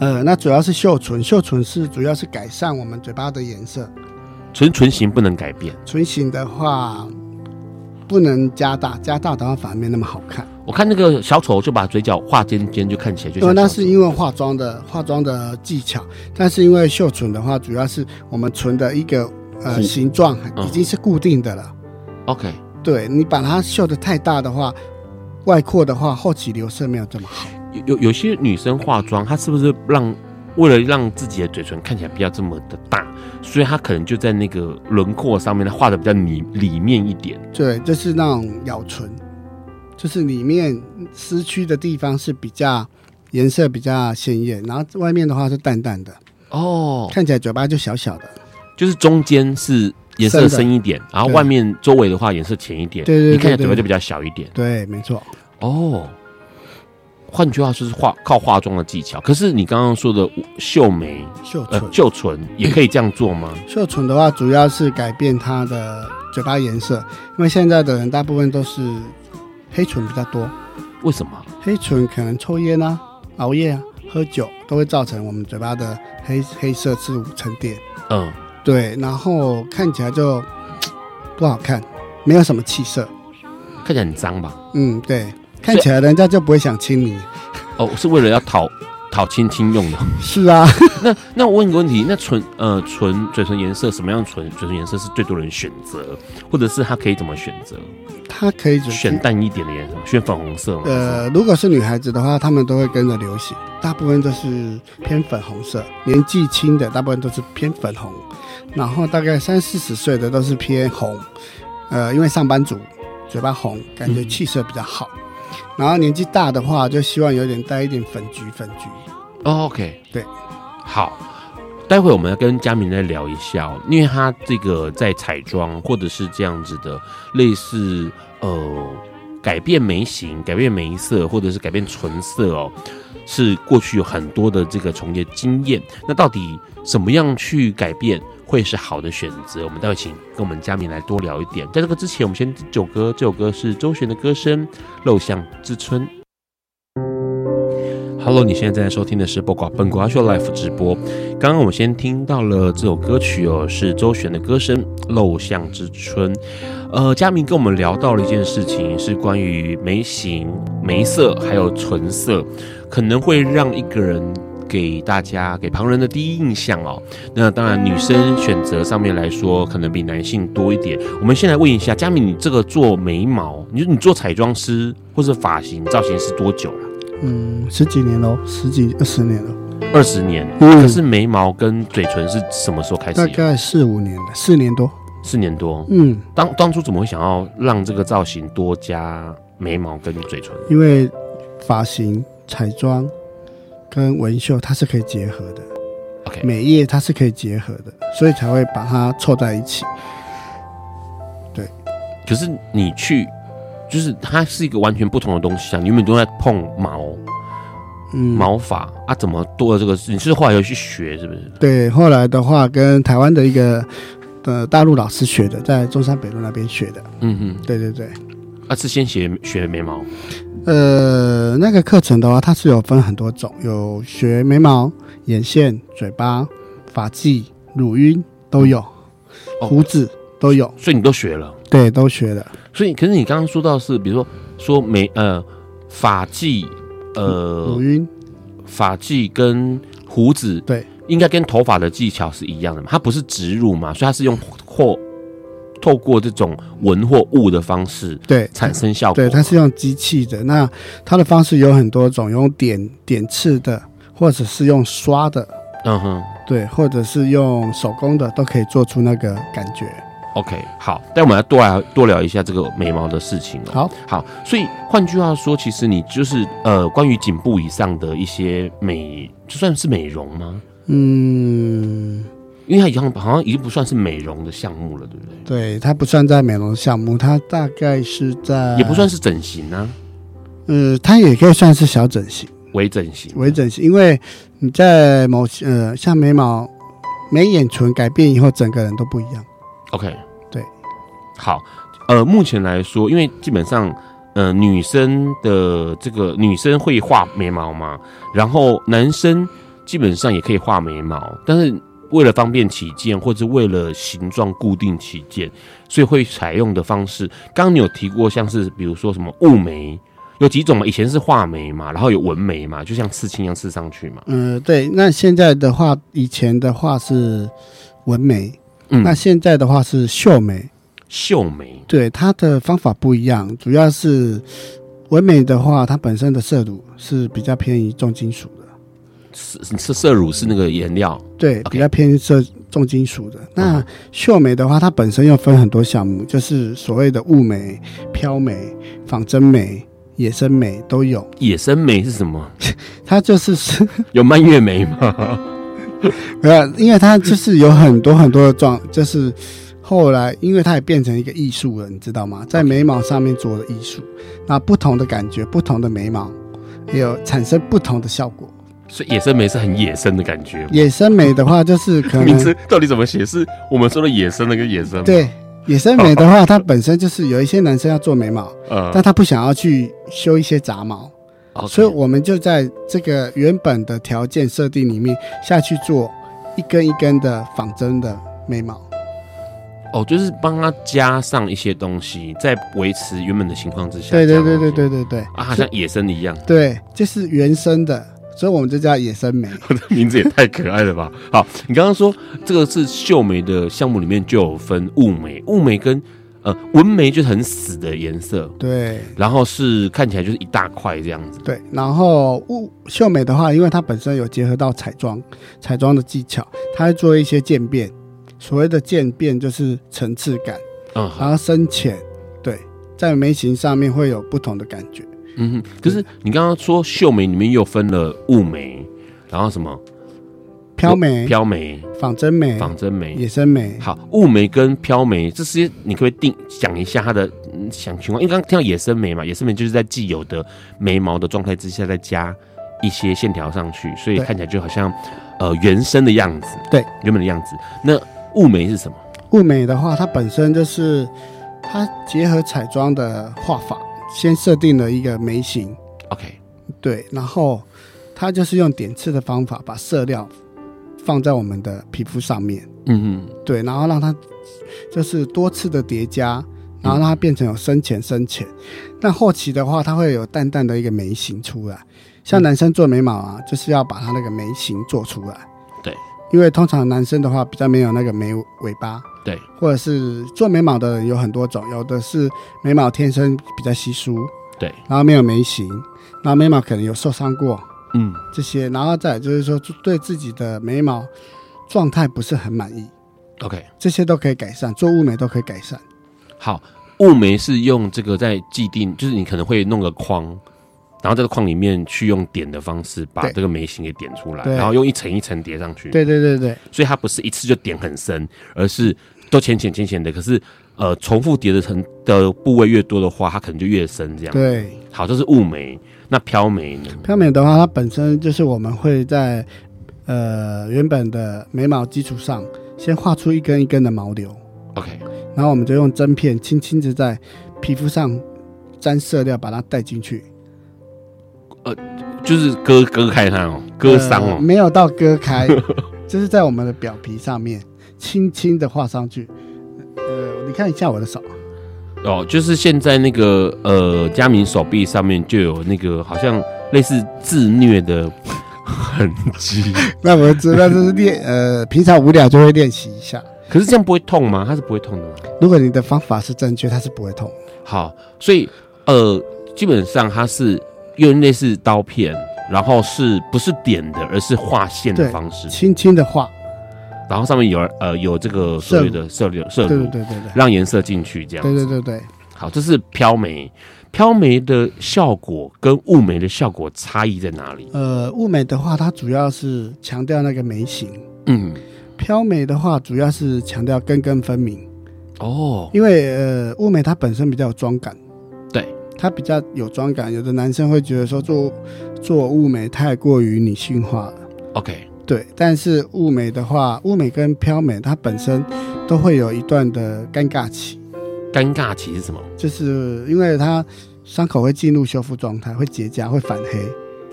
S3: 呃，那主要是秀唇，秀唇是主要是改善我们嘴巴的颜色，
S2: 唇唇形不能改变。
S3: 唇形的话不能加大，加大的话反而没那么好看。
S2: 我看那个小丑就把嘴角画尖尖，就看起来就
S3: 因为
S2: 像
S3: 啊那
S2: 小
S3: 是
S2: 丑。
S3: 因为化妆的化妆的技巧，但是因为秀唇的话，主要是我们唇的一个呃
S2: 弧
S3: 形状
S2: 嗯
S3: 已经是固定的了。
S2: OK，
S3: 对你把它秀的太大的话，外扩的话，后期留色没有这么好。
S2: 有有有些女生化妆，她是不是让为了让自己的嘴唇看起来不要这么的大，所以她可能就在那个轮廓上面，她画的比较里里面一点。
S3: 对，就是那种咬唇，就是里面失区的地方是比较颜色比较鲜艳，然后外面的话是淡淡的，
S2: 哦，
S3: 看起来嘴巴就小小的。
S2: 就是中间是颜色深一点，然后外面周围的话颜色浅一点，
S3: 对对对
S2: 你看起来嘴巴
S3: 对
S2: 就比较小一点。
S3: 对，没错。
S2: 哦，换句话说是化靠化妆的技巧。可是你刚刚说的秀眉、
S3: 秀
S2: 呃
S3: 唇，
S2: 秀唇也可以这样做吗？
S3: 秀唇的话，主要是改变它的嘴巴颜色，因为现在的人大部分都是黑唇比较多，
S2: 为什么？
S3: 黑唇可能抽烟啊、熬夜啊、喝酒都会造成我们嘴巴的黑黑色素沉淀，
S2: 嗯，
S3: 对，然后看起来就嘖不好看，没有什么气色，
S2: 看起来很脏吧？
S3: 嗯，对，看起来人家就不会想亲你，
S2: 哦，是为了要讨讨亲亲用的。
S3: 是啊，
S2: 那那我问你个问题，那唇呃唇嘴唇颜色什么样的唇嘴唇颜色是最多人选择，或者是他可以怎么选择？
S3: 他可以只是
S2: 选淡一点的颜色吗，选粉红色吗？
S3: 呃，如果是女孩子的话，她们都会跟着流行，大部分都是偏粉红色，年纪轻的大部分都是偏粉红，然后大概三四十岁的都是偏红，呃，因为上班族嘴巴红，感觉
S2: 嗯
S3: 气色比较好，然后年纪大的话，就希望有点带一点粉橘粉橘，
S2: 哦，OK，
S3: 对，
S2: 好。待会我们要跟佳明再聊一下、哦，因为他这个在彩妆或者是这样子的类似呃改变眉形、改变眉色或者是改变唇色哦，是过去有很多的这个从业经验。那到底怎么样去改变会是好的选择？我们待会请跟我们佳明来多聊一点。在这个之前，我们先这首歌，这首歌是周璇的歌声《陋巷之春》。Hello，你现在正在收听的是《播瓜本瓜秀 Life》直播。刚刚我们先听到了这首歌曲哦，是周璇的歌声《陋巷之春》。呃，佳明跟我们聊到了一件事情，是关于眉形、眉色还有唇色，可能会让一个人给大家、给旁人的第一印象哦。那当然，女生选择上面来说，可能比男性多一点。我们先来问一下，佳明，你这个做眉毛，你你做彩妆师或是发型造型师多久了？
S3: 嗯，十几年喽，十几二十年了，
S2: 二十年，可
S3: 嗯，
S2: 是眉毛跟嘴唇是什么时候开始
S3: 大
S2: 有？
S3: 概四五年了，四年多，
S2: 四年多。
S3: 嗯，
S2: 当当初怎么会想要让这个造型多加眉毛跟嘴唇？
S3: 因为发型、彩妆跟纹绣它是可以结合的。
S2: OK
S3: 美业它是可以结合的，所以才会把它凑在一起。
S2: 可是你去，就是它是一个完全不同的东西啊！你原本都在碰毛
S3: 嗯，
S2: 毛发啊，怎么多了这个事？你是后来有去学是不是？
S3: 对，后来的话跟台湾的一个呃大陆老师学的，在中山北路那边学的。
S2: 嗯哼，
S3: 对对对，
S2: 啊是先学学眉毛，
S3: 呃，那个课程的话，它是有分很多种，有学眉毛、眼线、嘴巴、发髻、乳晕都有，
S2: 哦
S3: 胡子都有，
S2: 所以你都学了。
S3: 对，都学了。
S2: 所以可是你刚刚说到是，比如说说眉呃发髻呃
S3: 乳晕
S2: 发髻跟胡子，
S3: 对，
S2: 应该跟头发的技巧是一样的嘛？它不是植入嘛，所以它是用或透过这种纹或雾的方式
S3: 对，
S2: 产生效果。
S3: 对，它是用机器的。那它的方式有很多种，用点点刺的，或者是用刷的，
S2: 嗯哼
S3: 对，或者是用手工的，都可以做出那个感觉。
S2: ，OK，好，但我们要多来多聊一下这个眉毛的事情哦。
S3: 好，
S2: 好，所以换句话说，其实你就是呃，关于颈部以上的一些美，就算是美容吗？
S3: 嗯，
S2: 因为它已经好像已经不算是美容的项目了，对不对？
S3: 对，它不算在美容项目，它大概是在
S2: 也不算，是整形啊，
S3: 呃，它也可以算是小整形、
S2: 微整形。
S3: 微整形，因为你在某些呃，像眉毛、眉眼唇改变以后，整个人都不一样。
S2: OK，
S3: 对，
S2: 好，呃，目前来说，因为基本上，呃，女生的这个女生会画眉毛嘛，然后男生基本上也可以画眉毛，但是为了方便起见，或者为了形状固定起见，所以会采用的方式，刚刚你有提过，像是比如说什么雾眉。有几种嘛？以前是画眉嘛，然后有纹眉嘛，就像刺青一样刺上去嘛。
S3: 嗯、对。那现在的话，以前的话是纹眉，
S2: 嗯，
S3: 那现在的话是秀眉，
S2: 秀眉
S3: 对它的方法不一样，主要是纹眉的话，它本身的色乳是比较偏于重金属的，
S2: 是是色乳是那个颜料，
S3: 对
S2: OK
S3: 比较偏色重金属的。
S2: 嗯
S3: 那秀眉的话，它本身又分很多项目，就是所谓的雾眉、飘眉、仿真眉、野生眉都有。
S2: 野生眉是什么？
S3: 它就是是，
S2: 有蔓越莓吗？
S3: 呃，因为它就是有很多很多的状，就是。后来，因为它也变成一个艺术了，你知道吗？在眉毛上面做的艺术，那不同的感觉，不同的眉毛，也有产生不同的效果。
S2: 所以野生美是很野生的感觉吗。
S3: 野生美的话，就是可
S2: 名
S3: 能
S2: 字到底怎么写？是我们说的野生那个野生吗？，
S3: 对野生美的话，它本身就是有一些男生要做眉毛，
S2: 呃
S3: 但他不想要去修一些杂毛，
S2: 哦，OK，
S3: 所以我们就在这个原本的条件设定里面下去做一根一根的仿真的眉毛。
S2: 哦，就是帮他加上一些东西，在维持原本的情况之下。
S3: 对
S2: 这
S3: 对
S2: 样
S3: 对对
S2: 吗
S3: 对对对
S2: 啊，好像野生一样，
S3: 对，就是原生的，所以我们就叫野生美。
S2: 这名字也太可爱了吧！好，你刚刚说这个是秀眉的项目里面就有分雾眉，雾眉跟呃纹眉就是很死的颜色，
S3: 对
S2: 然后是看起来就是一大块这样子。
S3: 对，然后雾秀美的话，因为它本身有结合到彩妆，彩妆的技巧，它会做一些渐变。所谓的渐变就是层次感，
S2: 嗯，
S3: 然
S2: 好，
S3: 后深浅，对，在眉形上面会有不同的感觉。
S2: 嗯哼。可是你刚刚说秀眉里面又分了雾眉，然后什么
S3: 飘眉、
S2: 飘眉、
S3: 仿真眉、
S2: 仿真眉，
S3: 野生眉，
S2: 好，雾眉跟飘眉这些，你可不可以定讲一下它的嗯想情况？因为刚刚听到野生眉嘛，野生眉就是在既有的眉毛的状态之下，再加一些线条上去，所以
S3: 对
S2: 看起来就好像呃原生的样子，
S3: 对，
S2: 原本的样子。那雾眉是什么？
S3: 雾眉的话，它本身就是它结合彩妆的画法，先设定了一个眉形，
S2: ？OK，
S3: 对，然后它就是用点刺的方法把色料放在我们的皮肤上面，
S2: 嗯
S3: 对，然后让它就是多次的叠加，然后让它变成有深浅深浅。那后期的话，它会有淡淡的一个眉形出来。像男生做眉毛啊，就是要把它那个眉形做出来。
S2: 对，
S3: 因为通常男生的话比较没有那个眉尾巴。
S2: 对，
S3: 或者是做眉毛的人有很多种，有的是眉毛天生比较稀疏，
S2: 对，
S3: 然后没有眉形，然后眉毛可能有受伤过
S2: 嗯，
S3: 这些，然后再来就是说对自己的眉毛状态不是很满意，
S2: ，OK，
S3: 这些都可以改善，做雾眉都可以改善。
S2: 好，雾眉是用这个在既定，就是你可能会弄个框，然后这个框里面去用点的方式把
S3: 对
S2: 这个眉形给点出来，
S3: 对
S2: 然后用一层一层叠上去。
S3: 对对对对
S2: 所以它不是一次就点很深，而是都浅浅浅浅的。可是呃，重复叠的层的部位越多的话，它可能就越深这样。
S3: 对，
S2: 好，这是雾眉，那飘眉呢？
S3: 飘眉的话，它本身就是我们会在呃原本的眉毛基础上，先画出一根一根的毛流，
S2: ，OK，
S3: 然后我们就用针片轻轻的在皮肤上沾色料，把它带进去。
S2: 就是割割开它哦，割伤
S3: 呃
S2: 哦。
S3: 没有到割开，就是在我们的表皮上面轻轻的画上去。呃，你看一下我 的手，
S2: 哦，就是现在那个呃，佳明手臂上面就有那个好像类似自虐的痕迹。
S3: 那我就知道这是练呃，平常无聊就会练习一下。
S2: 可是这样不会痛吗？它是不会痛的吗？
S3: 如果你的方法是正确，它是不会痛。
S2: 好，所以呃，基本上它是用类似刀片，然后是不是点的，而是画线的
S3: 对
S2: 方式，
S3: 轻轻的画，
S2: 然后上面有呃有这个所谓的色流色
S3: 对对
S2: 入，
S3: 对对对
S2: 让颜色进去这样
S3: 对
S2: 子。
S3: 对对对，
S2: 好，这是飘眉，飘眉的效果跟雾眉的效果差异在哪里？
S3: 呃，雾眉的话，它主要是强调那个眉形；
S2: 嗯，
S3: 飘眉的话，主要是强调根根分明。
S2: 哦，
S3: 因为呃，雾眉它本身比较有妆感，
S2: 对，
S3: 它比较有妆感。有的男生会觉得说做做雾眉太过于女性化了，
S2: ，OK，
S3: 对。但是雾眉的话，雾眉跟飘眉它本身都会有一段的尴尬期，
S2: 尴尬期是什么？
S3: 就是因为它伤口会进入修复状态，会结痂，会反黑。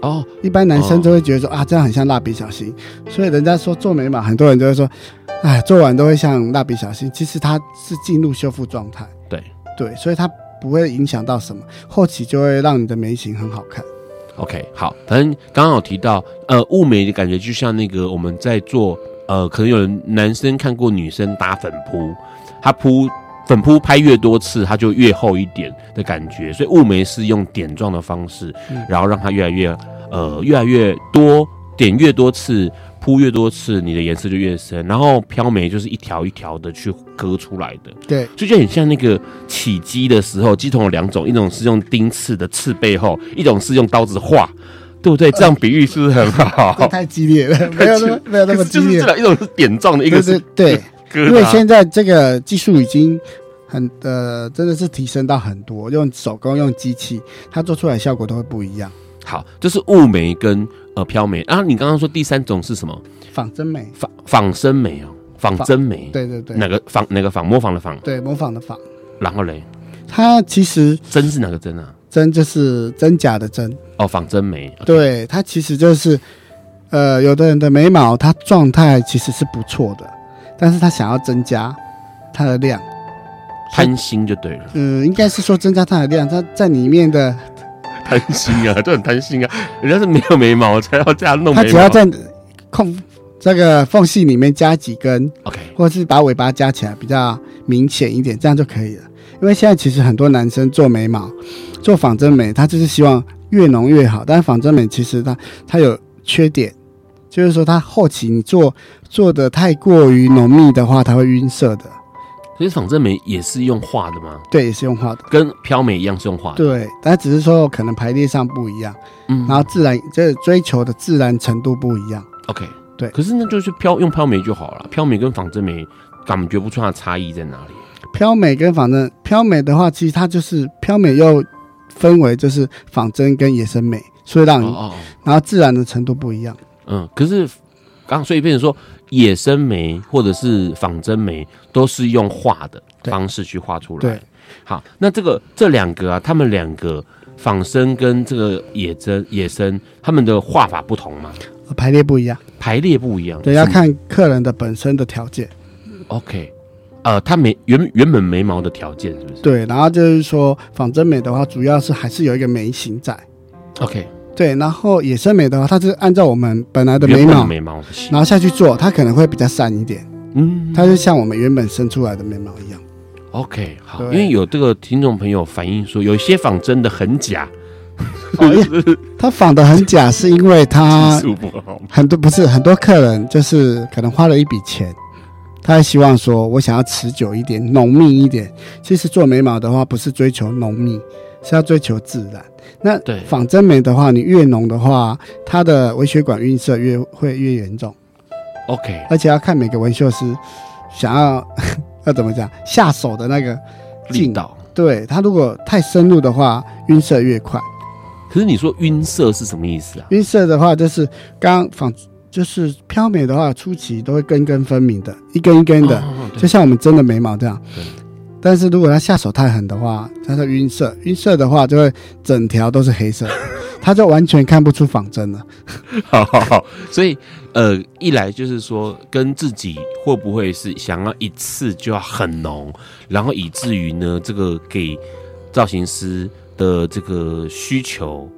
S2: 哦，
S3: 一般男生就会觉得说、啊，这样很像蜡笔小新，所以人家说做眉毛，很多人就会说，哎，做完都会像蜡笔小新。其实它是进入修复状态，
S2: 对
S3: 对，所以它不会影响到什么，后期就会让你的眉形很好看。
S2: OK，好，反正刚刚有提到，呃，雾眉的感觉就像那个我们在做，呃，可能有人男生看过女生打粉扑，她扑粉扑拍越多次，它就越厚一点的感觉，所以雾眉是用点状的方式，
S3: 嗯
S2: 然后让它越来越，呃，越来越多点越多次。铺越多次，你的颜色就越深。然后飘眉就是一条一条的去割出来的，
S3: 对
S2: 所以就很像那个起鸡的时候，鸡桶有两种，一种是用钉刺的刺背后，一种是用刀子划，对不对？这样比喻是不是很
S3: 这
S2: 好？
S3: 太激 烈了，没有那么没有那
S2: 可
S3: 么
S2: 是
S3: 激
S2: 就是
S3: 烈
S2: 这。两一种是点状的，一个
S3: 对
S2: 是
S3: 对 对，
S2: 割
S3: 因为
S2: 的啊
S3: 现在这个技术已经很呃，真的是提升到很多，用手工用机器，它做出来的效果都会不一样。
S2: 好，这是雾眉跟呃飘眉。然后你刚刚说第三种是什么？
S3: 仿真美，
S2: 仿仿生眉哦，仿真眉。
S3: 对对对，
S2: 哪个仿哪个仿模仿的仿？
S3: 对模仿的仿，
S2: 然后嘞，
S3: 它其实
S2: 真是哪个真啊？
S3: 真就是真假的真，
S2: 哦，仿真眉。
S3: 对，它其实就是，呃，有的人的眉毛它状态其实是不错的，但是他想要增加它的量，
S2: 贪心就对 了，
S3: 嗯，应该是说增加它的量，它在里面的，
S2: 贪心啊，就很贪心啊。人家是没有眉毛才要这样弄
S3: 它
S2: 眉
S3: 只要
S2: 毛。
S3: 在空这个缝隙里面加几根，
S2: OK，
S3: 或是把尾巴加起来比较明显一点，这样就可以了。因为现在其实很多男生做眉毛，做仿真眉，他就是希望越浓越好。但是仿真眉其实它它有缺点，就是说它后期你做做的太过于浓密的话，它会晕色的。
S2: 所以仿真眉也是用画的吗？
S3: 对，也是用画的。
S2: 跟飘眉一样是用画的。
S3: 对，但只是说可能排列上不一样，
S2: 嗯
S3: 然后自然这追求的自然程度不一样。
S2: OK，
S3: 对
S2: 可是那就是飘用飘眉就好了，飘眉跟仿真眉感觉不出它的差异在哪里。
S3: 飘美跟仿真，飘美的话，其实它就是飘美又分为就是仿真跟野生美，所以让
S2: 哦
S3: 你
S2: 哦，哦
S3: 然后自然的程度不一样。
S2: 嗯，可是刚所以变成说野生眉或者是仿真眉都是用画的
S3: 对
S2: 方式去画出来
S3: 对。
S2: 好，那这个这两个啊，他们两个仿生跟这个野真野生，他们的画法不同吗？
S3: 排列不一样，
S2: 排列不一样，
S3: 对，
S2: 是
S3: 要
S2: 吗
S3: 看客人的本身的条件，
S2: OK，呃，他眉原原本眉毛的条件是不是？
S3: 对，然后就是说仿真美的话，主要是还是有一个眉形在，
S2: ，OK，
S3: 对，然后野生美的话，它是按照我们本来的
S2: 原
S3: 眉
S2: 本
S3: 毛，
S2: 眉毛的形，
S3: 然后下去做，它可能会比较散一点，
S2: 嗯，
S3: 它就像我们原本生出来的眉毛一 样，
S2: OK，好，因
S3: 对
S2: 为有这个听众朋友反映说，有一些仿真的很假，
S3: 哦它仿的很假，是因为它
S2: 技术不好。
S3: 很多不是很多客人就是可能花了一笔钱，他希望说我想要持久一点、浓密一点。其实做眉毛的话，不是追求浓密，是要追求自然。那
S2: 对
S3: 仿真眉的话，你越浓的话，它的微血管晕色越会越严重，
S2: OK，
S3: 而且要看每个纹绣师想要 要怎么讲下手的那个
S2: 力
S3: 劲。
S2: 道。
S3: 对它如果太深入的话，晕色越快。
S2: 可是你说晕色是什么意思啊？
S3: 晕色的话，就是刚仿，就是飘眉的话，初期都会根根分明的，一根一根的，
S2: 哦，哦对
S3: 就像我们真的眉毛这样
S2: 对。
S3: 但是如果它下手太狠的话，它就晕色，晕色的话就会整条都是 黑色的，它就完全看不出仿真了。
S2: 好好好。 所以呃，一来就是说，跟自己会不会是想要一次就要很浓，然后以至于呢，这个给造型师的这个需求。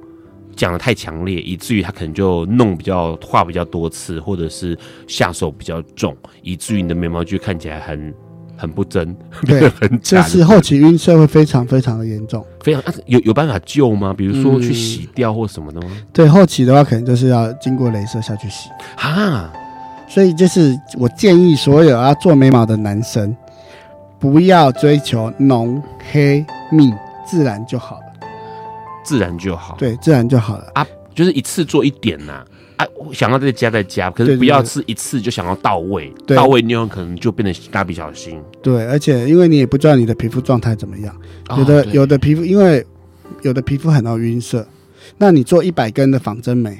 S2: 讲的太强烈，以至于他可能就弄比较画比较多次，或者是下手比较重，以至于你的眉毛就看起来很很不真， 变得
S3: 对，
S2: 很
S3: 就
S2: 假的
S3: 是后期晕色会非常非常的严重。
S2: 非常、啊有有办法救吗？比如说去
S3: 嗯
S2: 洗掉或什么的吗？
S3: 对，后期的话可能就是要经过镭射下去洗。
S2: 啊，
S3: 所以就是我建议所有要做眉毛的男生，不要追求浓黑密，自然就好了。
S2: 自然就好。，
S3: 对，自然就好了。
S2: 就是一次做一点呐、啊。我想要再加再加，可
S3: 对
S2: 是
S3: 对
S2: 不要
S3: 对
S2: 是一次就想要到位，
S3: 对
S2: 到位你有可能就变成蜡笔小新。
S3: 对，而且因为你也不知道你的皮肤状态怎么样，有
S2: 哦
S3: 的
S2: 对
S3: 有的皮肤因为有的皮肤很容易晕色，那你做一百根的仿真眉，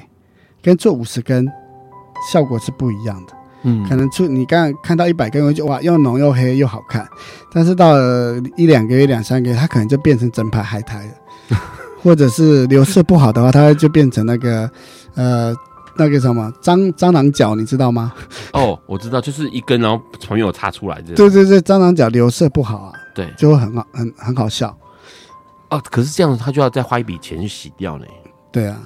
S3: 跟做五十根效果是不一样的。
S2: 嗯
S3: 可能出你刚刚看到一百根，我就觉得哇又浓又黑又好看，但是到了一两个月、两三个月，它可能就变成整排海苔 了，或者是流色不好的话，它就变成那个呃那个什么蟑蟑螂脚，你知道吗？
S2: 哦，我知道，就是一根，然后朋友插出来这
S3: 对对对，蟑螂脚流色不好啊，
S2: 对
S3: 就会很好很很好笑。
S2: 哦，可是这样他就要再花一笔钱去洗掉呢。
S3: 对啊，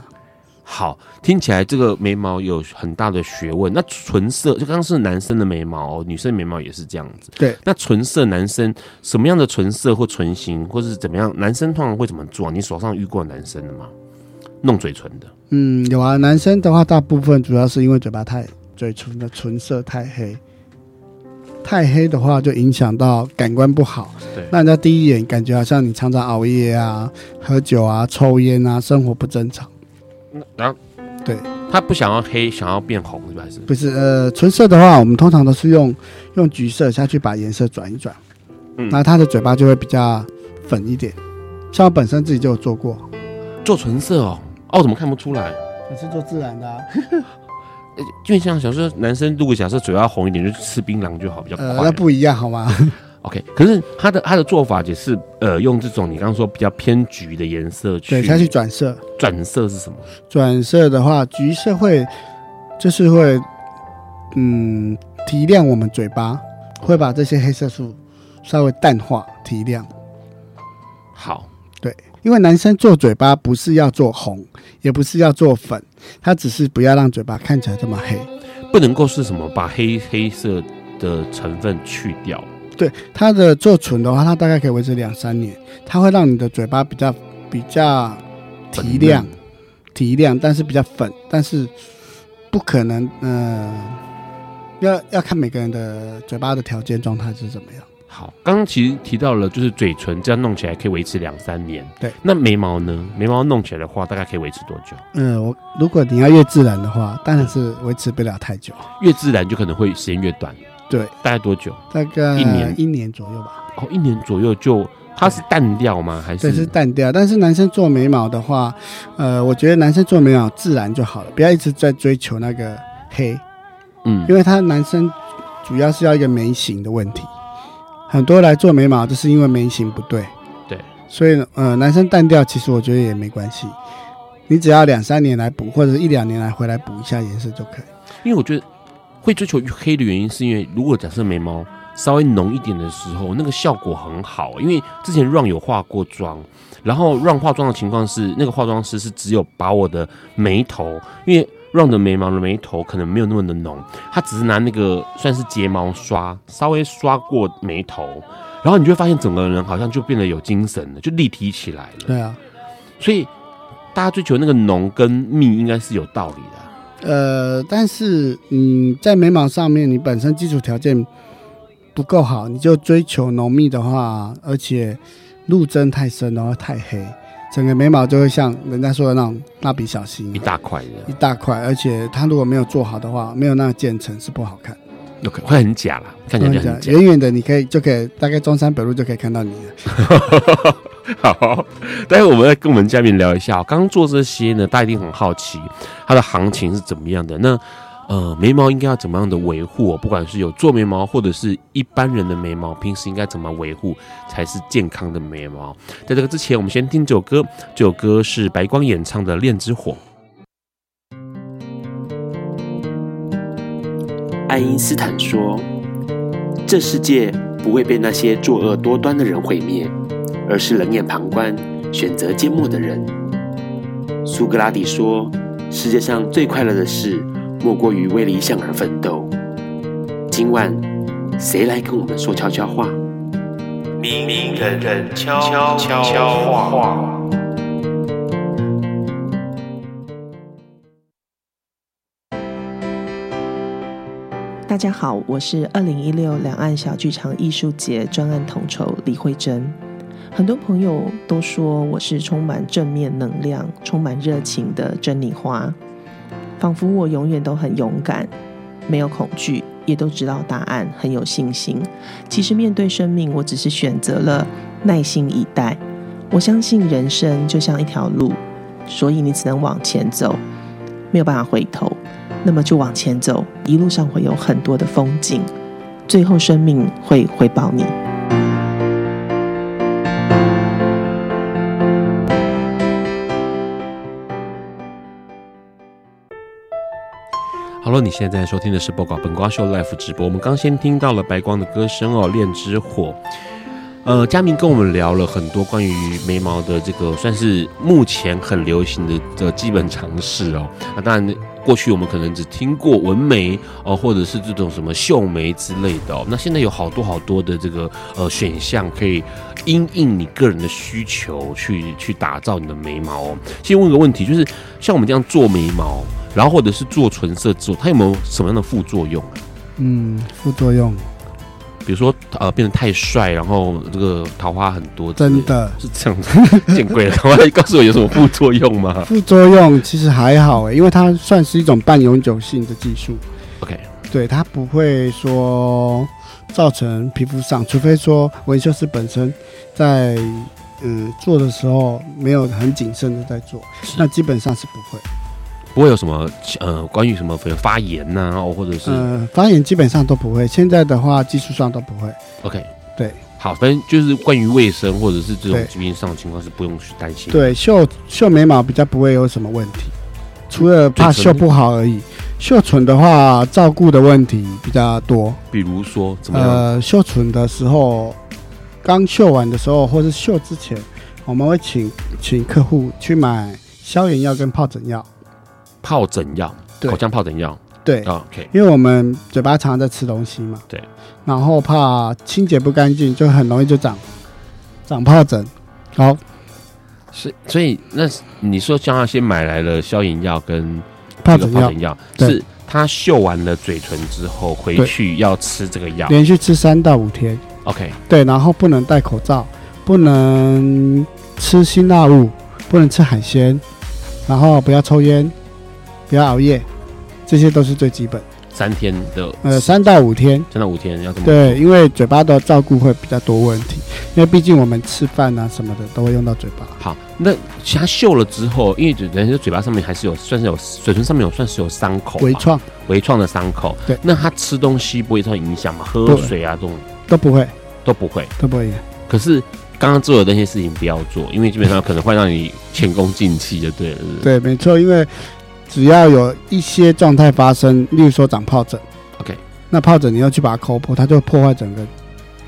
S2: 好，听起来这个眉毛有很大的学问。那纯色就刚刚是男生的眉毛、哦，女生眉毛也是这样子。
S3: 对，
S2: 那纯色男生什么样的纯色或唇形，或是怎么样？男生通常会怎么做啊、你手上遇过男生的吗？弄嘴唇的，
S3: 嗯，有啊，男生的话，大部分主要是因为嘴巴太嘴唇的唇色太黑，太黑的话就影响到感官不好，
S2: 对
S3: 让人家第一眼感觉好像你常常熬夜啊、喝酒啊、抽烟啊，生活不正常。
S2: 然后
S3: 对，
S2: 他不想要黑，想要变红，是不是还是？
S3: 不是呃，唇色的话，我们通常都是用用橘色下去把颜色转一转，
S2: 嗯
S3: 那他的嘴巴就会比较粉一点。像我本身自己就有做过，
S2: 做唇色哦，哦，怎么看不出来？
S3: 我是做自然的、啊，
S2: 呃就像小时候男生，如果假设嘴要红一点，就吃槟榔就好，比较快
S3: 呃
S2: 了。，
S3: 那不一样好 吗？
S2: OK，可是他的他的做法也是呃，用这种你刚刚说比较偏橘的颜色去
S3: 对，它去转色，
S2: 转色是什么？
S3: 转色的话，橘色会就是会，嗯，提亮我们嘴巴，会把这些黑色素稍微淡化提亮。
S2: 好，
S3: 因为男生做嘴巴不是要做红，也不是要做粉，他只是不要让嘴巴看起来这么黑。
S2: 不能够是什么把黑黑色的成分去掉。
S3: 对它的做唇的话，它大概可以维持两三年，它会让你的嘴巴比较比较提亮
S2: 粉，嫩
S3: 提亮，但是比较粉，但是不可能，呃，要要看每个人的嘴巴的条件状态是怎么样。
S2: 好，刚刚其实提到了，就是嘴唇这样弄起来可以维持两三年。
S3: 对，
S2: 那眉毛呢？眉毛弄起来的话，大概可以维持多久？
S3: 嗯，我如果你要越自然的话，当然是维持不了太久，
S2: 越自然就可能会时间越短。
S3: 对，
S2: 大概多久？
S3: 大概
S2: 一年
S3: 一年左右吧。
S2: 哦，一年左右就它是淡掉吗？还
S3: 对，
S2: 是
S3: 是淡掉。但是男生做眉毛的话，呃，我觉得男生做眉毛自然就好了，不要一直在追求那个黑。
S2: 嗯
S3: 因为他男生主要是要一个眉形的问题，很多来做眉毛就是因为眉形不对。
S2: 对，
S3: 所以呢呃，男生淡掉其实我觉得也没关系，你只要两三年来补，或者是一两年来回来补一下颜色就可以。
S2: 因为我觉得会追求黑的原因，是因为如果假设眉毛稍微浓一点的时候，那个效果很好。因为之前 Run 有化过妆，然后 Run 化妆的情况是，那个化妆师是只有把我的眉头，因为 Run 的眉毛的眉头可能没有那么的浓，他只是拿那个算是睫毛刷稍微刷过眉头。然后你就会发现整个人好像就变得有精神了，就立体起来了。
S3: 对啊，
S2: 所以大家追求那个浓跟密应该是有道理的啊、
S3: 呃，但是嗯，在眉毛上面，你本身基础条件不够好，你就追求浓密的话，而且入针太深的话太黑，整个眉毛就会像人家说的那种蜡笔小新
S2: 一
S3: 样。
S2: 大块的。
S3: 一大块，而且它如果没有做好的话，没有那个渐层是不好看。
S2: OK，会很假啦，看起来就很假。
S3: 远远的你可以就可以大概中山北路就可以看到你了。
S2: 好，待会我们再跟我们嘉宾聊一下哦、刚刚做这些呢，大家一定很好奇它的行情是怎么样的。那呃，眉毛应该要怎么样的维护、哦？不管是有做眉毛，或者是一般人的眉毛，平时应该怎么维护才是健康的眉毛？在这个之前，我们先听这首歌，这首歌是白光演唱的《恋之火》。
S1: 爱因斯坦说：“这世界不会被那些作恶多端的人毁灭，而是冷眼旁观、选择缄默的人。”苏格拉底说：“世界上最快乐的事，莫过于为理想而奋斗。”今晚，谁来跟我们说悄悄话？
S4: 名人人悄悄悄话。
S5: 大家好，我是二零一六两岸小剧场艺术节专案统筹李慧珍。很多朋友都说我是充满正面能量、充满热情的珍妮花，仿佛我永远都很勇敢，没有恐惧，也都知道答案，很有信心。其实面对生命，我只是选择了耐心以待。我相信人生就像一条路，所以你只能往前走，没有办法回头。那么就往前走，一路上会有很多的风景，最后生命会回报你。
S2: 好了，你现在收听的是《播稿本瓜秀》Live 直播。我们刚先听到了白光的歌声哦，《恋之火》。呃，佳明跟我们聊了很多关于眉毛的这个，算是目前很流行的的基本常识哦。那当然，过去我们可能只听过纹眉哦、或者是这种什么秀眉之类的哦。那现在有好多好多的这个呃选项，可以因应你个人的需求去去打造你的眉毛哦。先问个问题，就是像我们这样做眉毛，然后或者是做唇色之后，它有没有什么样的副作用啊？
S3: 嗯，副作用
S2: 比如说呃，变得太帅，然后这个桃花很多之类，
S3: 真的
S2: 是这样子， 见鬼了！赶快告诉我有什么副作用吗
S3: 副作用其实还好欸诶，因为它算是一种半永久性的技术，
S2: ？OK，
S3: 对它不会说造成皮肤上，除非说纹绣师本身在嗯做的时候没有很谨慎的在做，那基本上是不会。
S2: 不会有什么呃关于什么发言呐、哦或者是、
S3: 呃，发言基本上都不会，现在的话技术上都不会。
S2: OK
S3: 对
S2: 好，反正就是关于卫生或者是这种
S3: 对
S2: 疾病上的情况是不用去担心。，
S3: 对，绣绣眉毛比较不会有什么问题，除了怕
S2: 嘴唇
S3: 绣不好而已。绣唇的话，照顾的问题比较多。
S2: 比如说怎么样？
S3: 呃，绣唇的时候，刚绣完的时候，或是绣之前，我们会请请客户去买消炎药跟疱疹药。
S2: 疱疹药，
S3: 对
S2: 口腔疱疹药
S3: 对，
S2: 啊，OK，
S3: 因为我们嘴巴常在吃东西嘛，
S2: 对，
S3: 然后怕清洁不干净，就很容易就长长疱疹。好，
S2: 是，所以那你说叫他先买来了消炎药跟这
S3: 疱
S2: 个
S3: 疹
S2: 疱
S3: 药
S2: 疹药，
S3: 对
S2: 是他嗅完了嘴唇之后回
S3: 对
S2: 去要吃这个药
S3: 连续吃三到五天，
S2: ，OK，
S3: 对，然后不能戴口罩，不能吃辛辣物，不能吃海鲜，然后不要抽烟，不要熬夜，这些都是最基本。
S2: 三天的
S3: 呃，三到五天，
S2: 三到五天要这么
S3: 对，因为嘴巴的照顾会比较多问题，因为毕竟我们吃饭啊什么的都会用到嘴巴。
S2: 好，那他嗅了之后，因为嘴人家嘴巴上面还是有，算是有嘴唇上面有算是有伤口吧，
S3: 微创
S2: 微创的伤口。
S3: 对
S2: 那他吃东西不会受影响吗？喝
S3: 不会
S2: 水啊这种
S3: 都不会，
S2: 都不会。
S3: 都不会。
S2: 可是刚刚做的那些事情不要做，因为基本上可能会让你前功尽弃，就对了。是不是
S3: 对，没错，因为只要有一些状态发生，例如说长疱疹
S2: OK
S3: 那疱疹你要去把它抠破，它就会破坏整个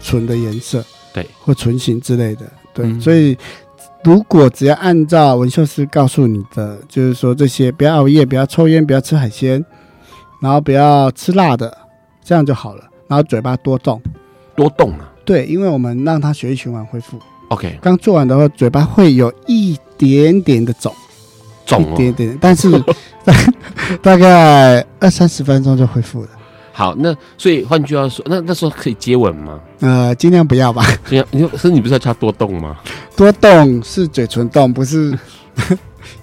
S3: 唇的颜色，
S2: 对，
S3: 或唇形之类的，对，
S2: 嗯
S3: 所以。如果只要按照纹绣师告诉你的，就是说这些不要熬夜，不要抽烟，不要吃海鲜，然后不要吃辣的，这样就好了。然后嘴巴多动，
S2: 多动啊。
S3: 对，因为我们让它血液循环恢复。
S2: OK，
S3: 刚做完的话，嘴巴会有一点点的肿，
S2: 肿
S3: 一
S2: 哦。
S3: 点点，但是 大大概二三十分钟就恢复了。
S2: 好，那所以换句话说，那那时候可以接吻吗？
S3: 呃，尽量不要吧，
S2: 这样，你说你不是要叫他多动吗？
S3: 多动是嘴唇动，不是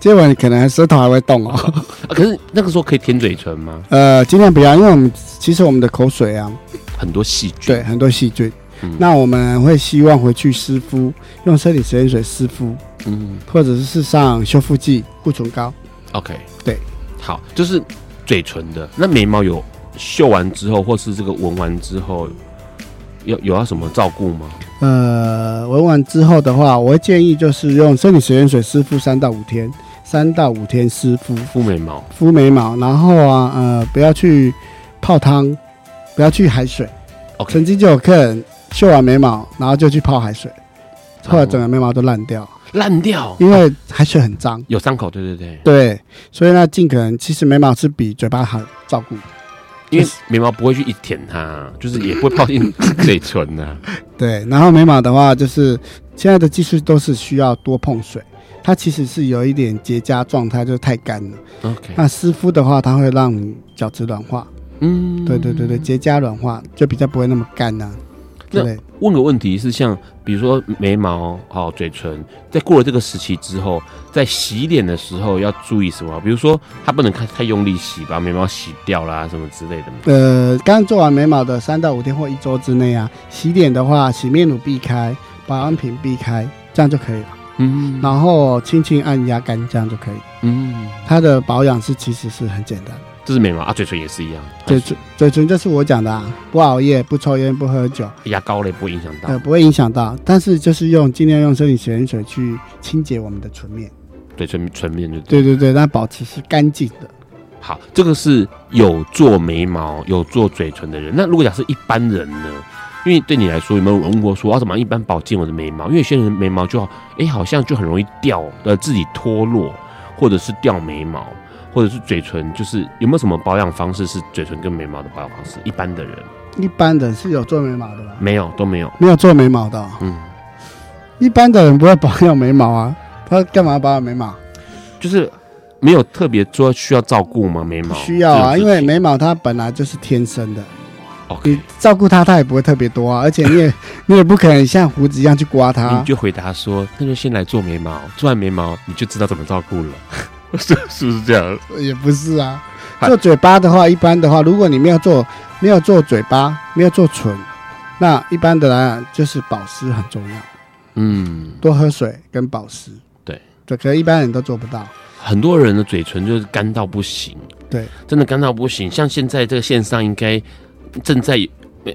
S3: 接吻可能舌头还会动哦。
S2: 啊，可是那个时候可以舔嘴唇吗？
S3: 呃，尽量不要，因为我们其实我们的口水啊，
S2: 很多细菌。
S3: 对很多细菌，
S2: 嗯
S3: 那我们会希望回去湿敷，用生理食盐水湿敷，
S2: 对，嗯
S3: 或者是上修复剂、护唇膏。
S2: ，OK，
S3: 对，
S2: 好，就是嘴唇的。那眉毛有嗅完之后，或是这个闻完之后，有有要什么照顾吗？
S3: 呃，纹完之后的话，我会建议就是用生理食盐水湿敷三到五天，三到五天湿敷。
S2: 敷眉毛，
S3: 敷眉毛，然后啊，呃，不要去泡汤，不要去海水。
S2: OK
S3: 曾经就有客人修完眉毛，然后就去泡海水，后来整个眉毛都烂掉，
S2: 烂掉，
S3: 因为海水很脏。
S2: 有伤口，对对对，
S3: 对，所以呢，尽可能其实眉毛是比嘴巴好照顾。
S2: 因为
S3: 就是
S2: 眉毛不会去一舔它，就是也不会泡进嘴唇啊呐、
S3: 对，然后眉毛的话，就是现在的技术都是需要多碰水，它其实是有一点结痂状态，就是太干了。
S2: OK，
S3: 那湿敷的话，它会让你角质软化，
S2: 嗯
S3: 对对对对，。结痂软化就比较不会那么干啊呐、
S2: 那
S3: 对不对。
S2: 问个问题是像，比如说眉毛、好、嘴唇，在过了这个时期之后，在洗脸的时候要注意什么？比如说，它不能太太用力洗，把眉毛洗掉啦，什么之类的吗
S3: 呃，刚做完眉毛的三到五天或一周之内啊，洗脸的话，洗面乳避开，保养品避开，这样就可以了。
S2: 嗯
S3: 然后轻轻按压干，这样就可以。
S2: 嗯，
S3: 它的保养是其实是很简单，
S2: 这是眉毛啊，嘴唇也是一样，
S3: 嘴唇嘴唇就是我讲的啊，不熬夜，不抽烟，不喝酒，
S2: 牙膏类不会影响到
S3: 呃，不会影响到，但是就是用尽量用生理盐水去清洁我们的唇面。
S2: 嘴唇唇面就对。
S3: 对对对，那保持是干净的。
S2: 好，这个是有做眉毛、有做嘴唇的人。那如果假设一般人呢？因为对你来说，有没有问过说我啊要怎么样一般保健我的眉毛？因为有些人眉毛就好，哎、好像就很容易掉，呃，自己脱落，或者是掉眉毛，或者是嘴唇，就是有没有什么保养方式是嘴唇跟眉毛的保养方式？一般的人
S3: 一般人是有做眉毛的吧？
S2: 没有，都没有。
S3: 没有做眉毛的哦、
S2: 嗯，
S3: 一般的人不会保养眉毛啊，他干嘛保养眉毛？
S2: 就是没有特别说需要照顾吗？眉毛
S3: 需要啊，
S2: 这
S3: 因
S2: 种
S3: 为
S2: 事情
S3: 眉毛它本来就是天生的，你
S2: OK，
S3: 照顾它它也不会特别多啊，而且你也 你也不可能像胡子一样去刮
S2: 你
S3: 它。
S2: 就回答说，那就先来做眉毛，做完眉毛你就知道怎么照顾了， 是是不是这样？
S3: 也不是啊。
S2: 嗨
S3: 做嘴巴的话，一般的话，如果你没有做没有做嘴巴，没有做唇，那一般的来讲就是保湿很重要。
S2: 嗯，
S3: 多喝水跟保湿。
S2: 对，
S3: 这可能一般人都做不到。
S2: 很多人的嘴唇就是干到不行，
S3: 对，
S2: 真的干到不行。像现在这个线上应该正在，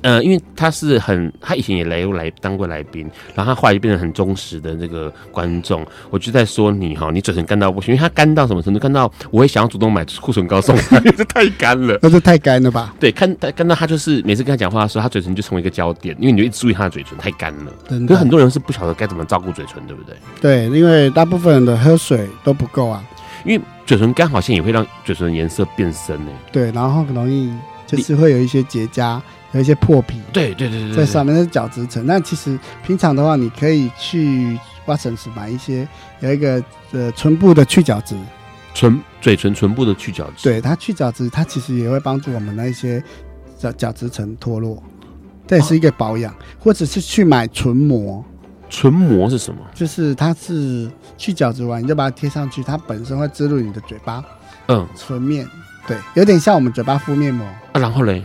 S2: 呃，因为他是很，他以前也来过来当过来宾，然后他后来就变成很忠实的这个观众。我就在说你哈，你嘴唇干到不行，因为他干到什么程度？干到我也想要主动买护唇膏送他， 因为这太干了。
S3: 那是太干了吧？
S2: 对，看他看到他就是每次跟他讲话的时候，他嘴唇就成为一个焦点，因为你就一直注意他的嘴唇太干了。
S3: 真
S2: 可是
S3: 的
S2: 很多人是不晓得该怎么照顾嘴唇，对不对？
S3: 对，因为大部分人的喝水都不够啊，
S2: 因为嘴唇干好像也会让嘴唇的颜色变深呢、
S3: 对，然后很容易就是会有一些结痂，有一些破皮
S2: 对对对对对，
S3: 在上面那是角质层。那其实平常的话，你可以去花城市买一些有一个呃唇部的去角质，
S2: 唇嘴唇唇部的去角质。
S3: 对它去角质，它其实也会帮助我们那一些角角质层脱落，这也是一个保养，或者是去买唇膜，
S2: 唇膜是什么？
S3: 就是它是去角质完，你就把它贴上去，它本身会植入你的嘴巴
S2: 嗯，
S3: 唇面，对，有点像我们嘴巴敷面膜，
S2: 啊，然后嘞，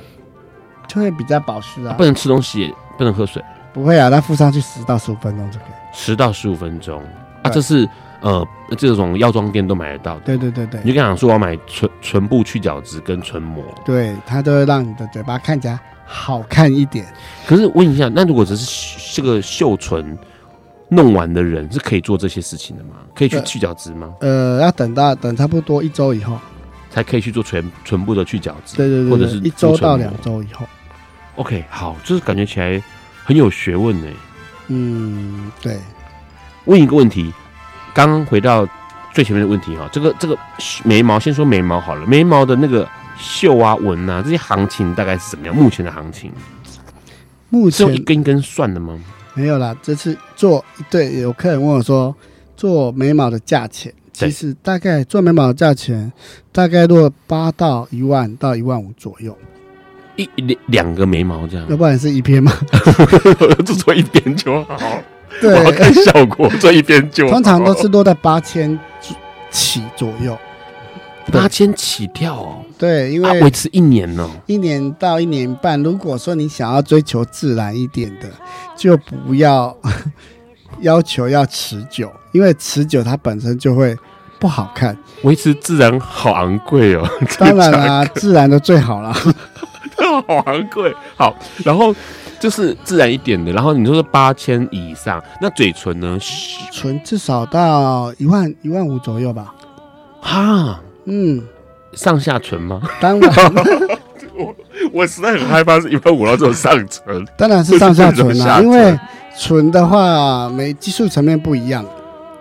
S3: 就会比较保湿啊
S2: 不。能吃东西，也不能喝水，
S3: 不会啊，它敷上去十到十五分钟就可以。
S2: 十到十五分钟。啊，
S3: 对
S2: 这是呃这种药妆店都买得到的。
S3: 对对对
S2: 你
S3: 对，
S2: 就跟他讲说我要买唇唇部去角质跟唇膜。
S3: 对它都会让你的嘴巴看起来好看一点。
S2: 可是问一下，那如果只是这个秀唇弄完的人，是可以做这些事情的吗？可以去
S3: 对
S2: 去角质吗？
S3: 呃，要等到等差不多一周以后，
S2: 才可以去做唇唇部的去角质？
S3: 对对
S2: 或
S3: 对
S2: 者
S3: 对
S2: 是，
S3: 一周
S2: 敷唇
S3: 到
S2: 膜
S3: 两周以后，
S2: OK，好，就是感觉起来很有学问呢。
S3: 嗯，对。
S2: 问一个问题，刚刚回到最前面的问题哈，这个这个眉毛，先说眉毛好了，眉毛的那个秀啊、纹啊这些行情大概是怎么样？目前的行情
S3: 目
S2: 是
S3: 前
S2: 用一根一根算的吗？
S3: 没有啦，这次做对有客人问我说，做眉毛的价钱，
S2: 对
S3: 其实大概做眉毛的价钱大概落八到一万到一万五左右，
S2: 一两两个眉毛这样
S3: 要，不然是一 片嘛。
S2: 就 做一边就好，我要
S3: 对，
S2: 看效果，做一边就好。
S3: 通常都是落在八千起左右。
S2: 八千起跳哦，
S3: 对，因
S2: 啊，
S3: 为
S2: 维持一年呢、
S3: 一年到一年半，如果说你想要追求自然一点的，就不要 要求要持久，因为持久它本身就会不好看。
S2: 维持自然好昂贵哦，
S3: 当然啦、自然的最好啦。
S2: 好昂贵。好，然后就是自然一点的，然后你说是八千以上，那嘴唇呢？嘘
S3: 存至少到一万一万五左右吧。
S2: 哈，
S3: 嗯，
S2: 上下唇吗？
S3: 当然
S2: 我实在很害怕是一般五到这种上唇。
S3: 当然是上下存啦、
S2: 为什么是上下存
S3: 因为存的话每技术层面不一样，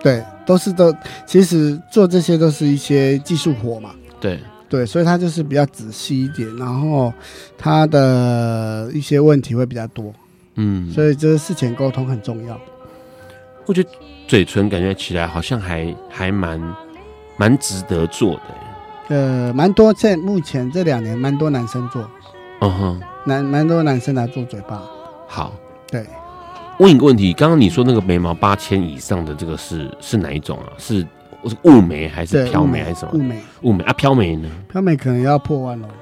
S3: 对，都是都其实做这些都是一些技术活嘛。
S2: 对，
S3: 对，所以它就是比较仔细一点，然后它的一些问题会比较多，
S2: 嗯，
S3: 所以就是事前沟通很重要。
S2: 我觉得嘴唇感觉起来好像还还蛮蛮值得做的欸。
S3: 呃，蛮多在目前这两年蛮多男生做，
S2: 嗯哼，
S3: 男蛮多男生来做嘴巴，
S2: 好。
S3: 对，
S2: 问一个问题，刚刚你说那个眉毛八千以上的这个是是哪一种啊？是我是雾眉还是
S3: 对，
S2: 飘
S3: 雾
S2: 眉还是什
S3: 雾
S2: 么？
S3: 眉，
S2: 雾眉啊，飘眉呢？
S3: 飘眉可能要破万哦喽。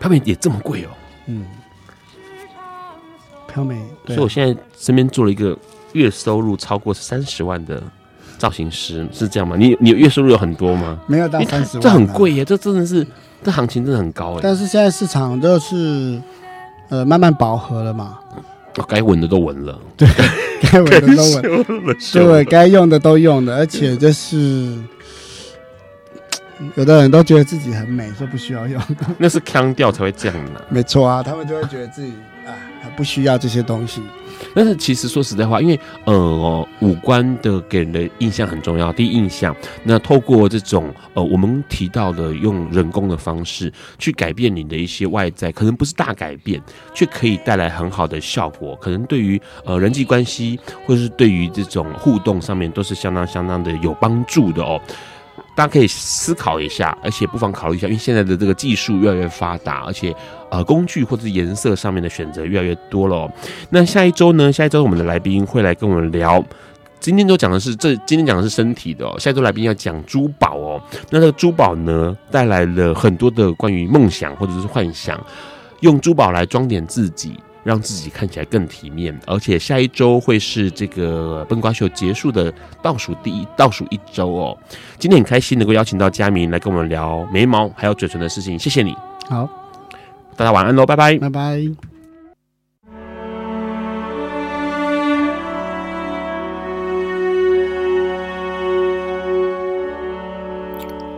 S2: 飘眉也这么贵哦、
S3: 嗯，飘眉，
S2: 所
S3: 对啊
S2: 以我现在身边做了一个月收入超过三十万的造型师，是这样吗？你你月收入有很多吗？
S3: 没有
S2: 因
S3: 到
S2: 为它
S3: 三十万，啊
S2: 这很贵。耶，这真的是这行情真的很高哎
S3: 但。是现在市场就是呃慢慢饱和了嘛，
S2: 哦该纹的都纹了，
S3: 该纹的都纹，
S2: 修了
S3: 对，该用的都用的，而且就是。嗯有的人都觉得自己很美，说不需要用，
S2: 那是腔调才会这样呢。
S3: 没错啊，他们就会觉得自己啊很不需要这些东西。
S2: 但是其实说实在话，因为呃五官的给人的印象很重要，第一印象。那透过这种呃我们提到的用人工的方式去改变你的一些外在，可能不是大改变，却可以带来很好的效果。可能对于呃人际关系，或者是对于这种互动上面，都是相当相当的有帮助的哦。大家可以思考一下，而且不妨考虑一下，因为现在的这个技术越来越发达，而且呃工具或者是颜色上面的选择越来越多了、哦。那下一周呢？下一周我们的来宾会来跟我们聊。今天都讲的是这，今天讲的是身体的哦。下一周来宾要讲珠宝哦。那这个珠宝呢，带来了很多的关于梦想或者是幻想，用珠宝来装点自己，让自己看起来更体面。而且下一周会是这个笨瓜秀结束的倒数第一倒数一周哦。今天很开心能够邀请到佳明来跟我们聊眉毛还有嘴唇的事情，谢谢你，
S3: 好，
S2: 大家晚安喽，拜拜。
S3: 拜拜。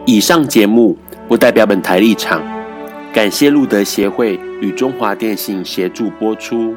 S1: 以上节目不代表本台立场，感谢路德协会与中华电信协助播出。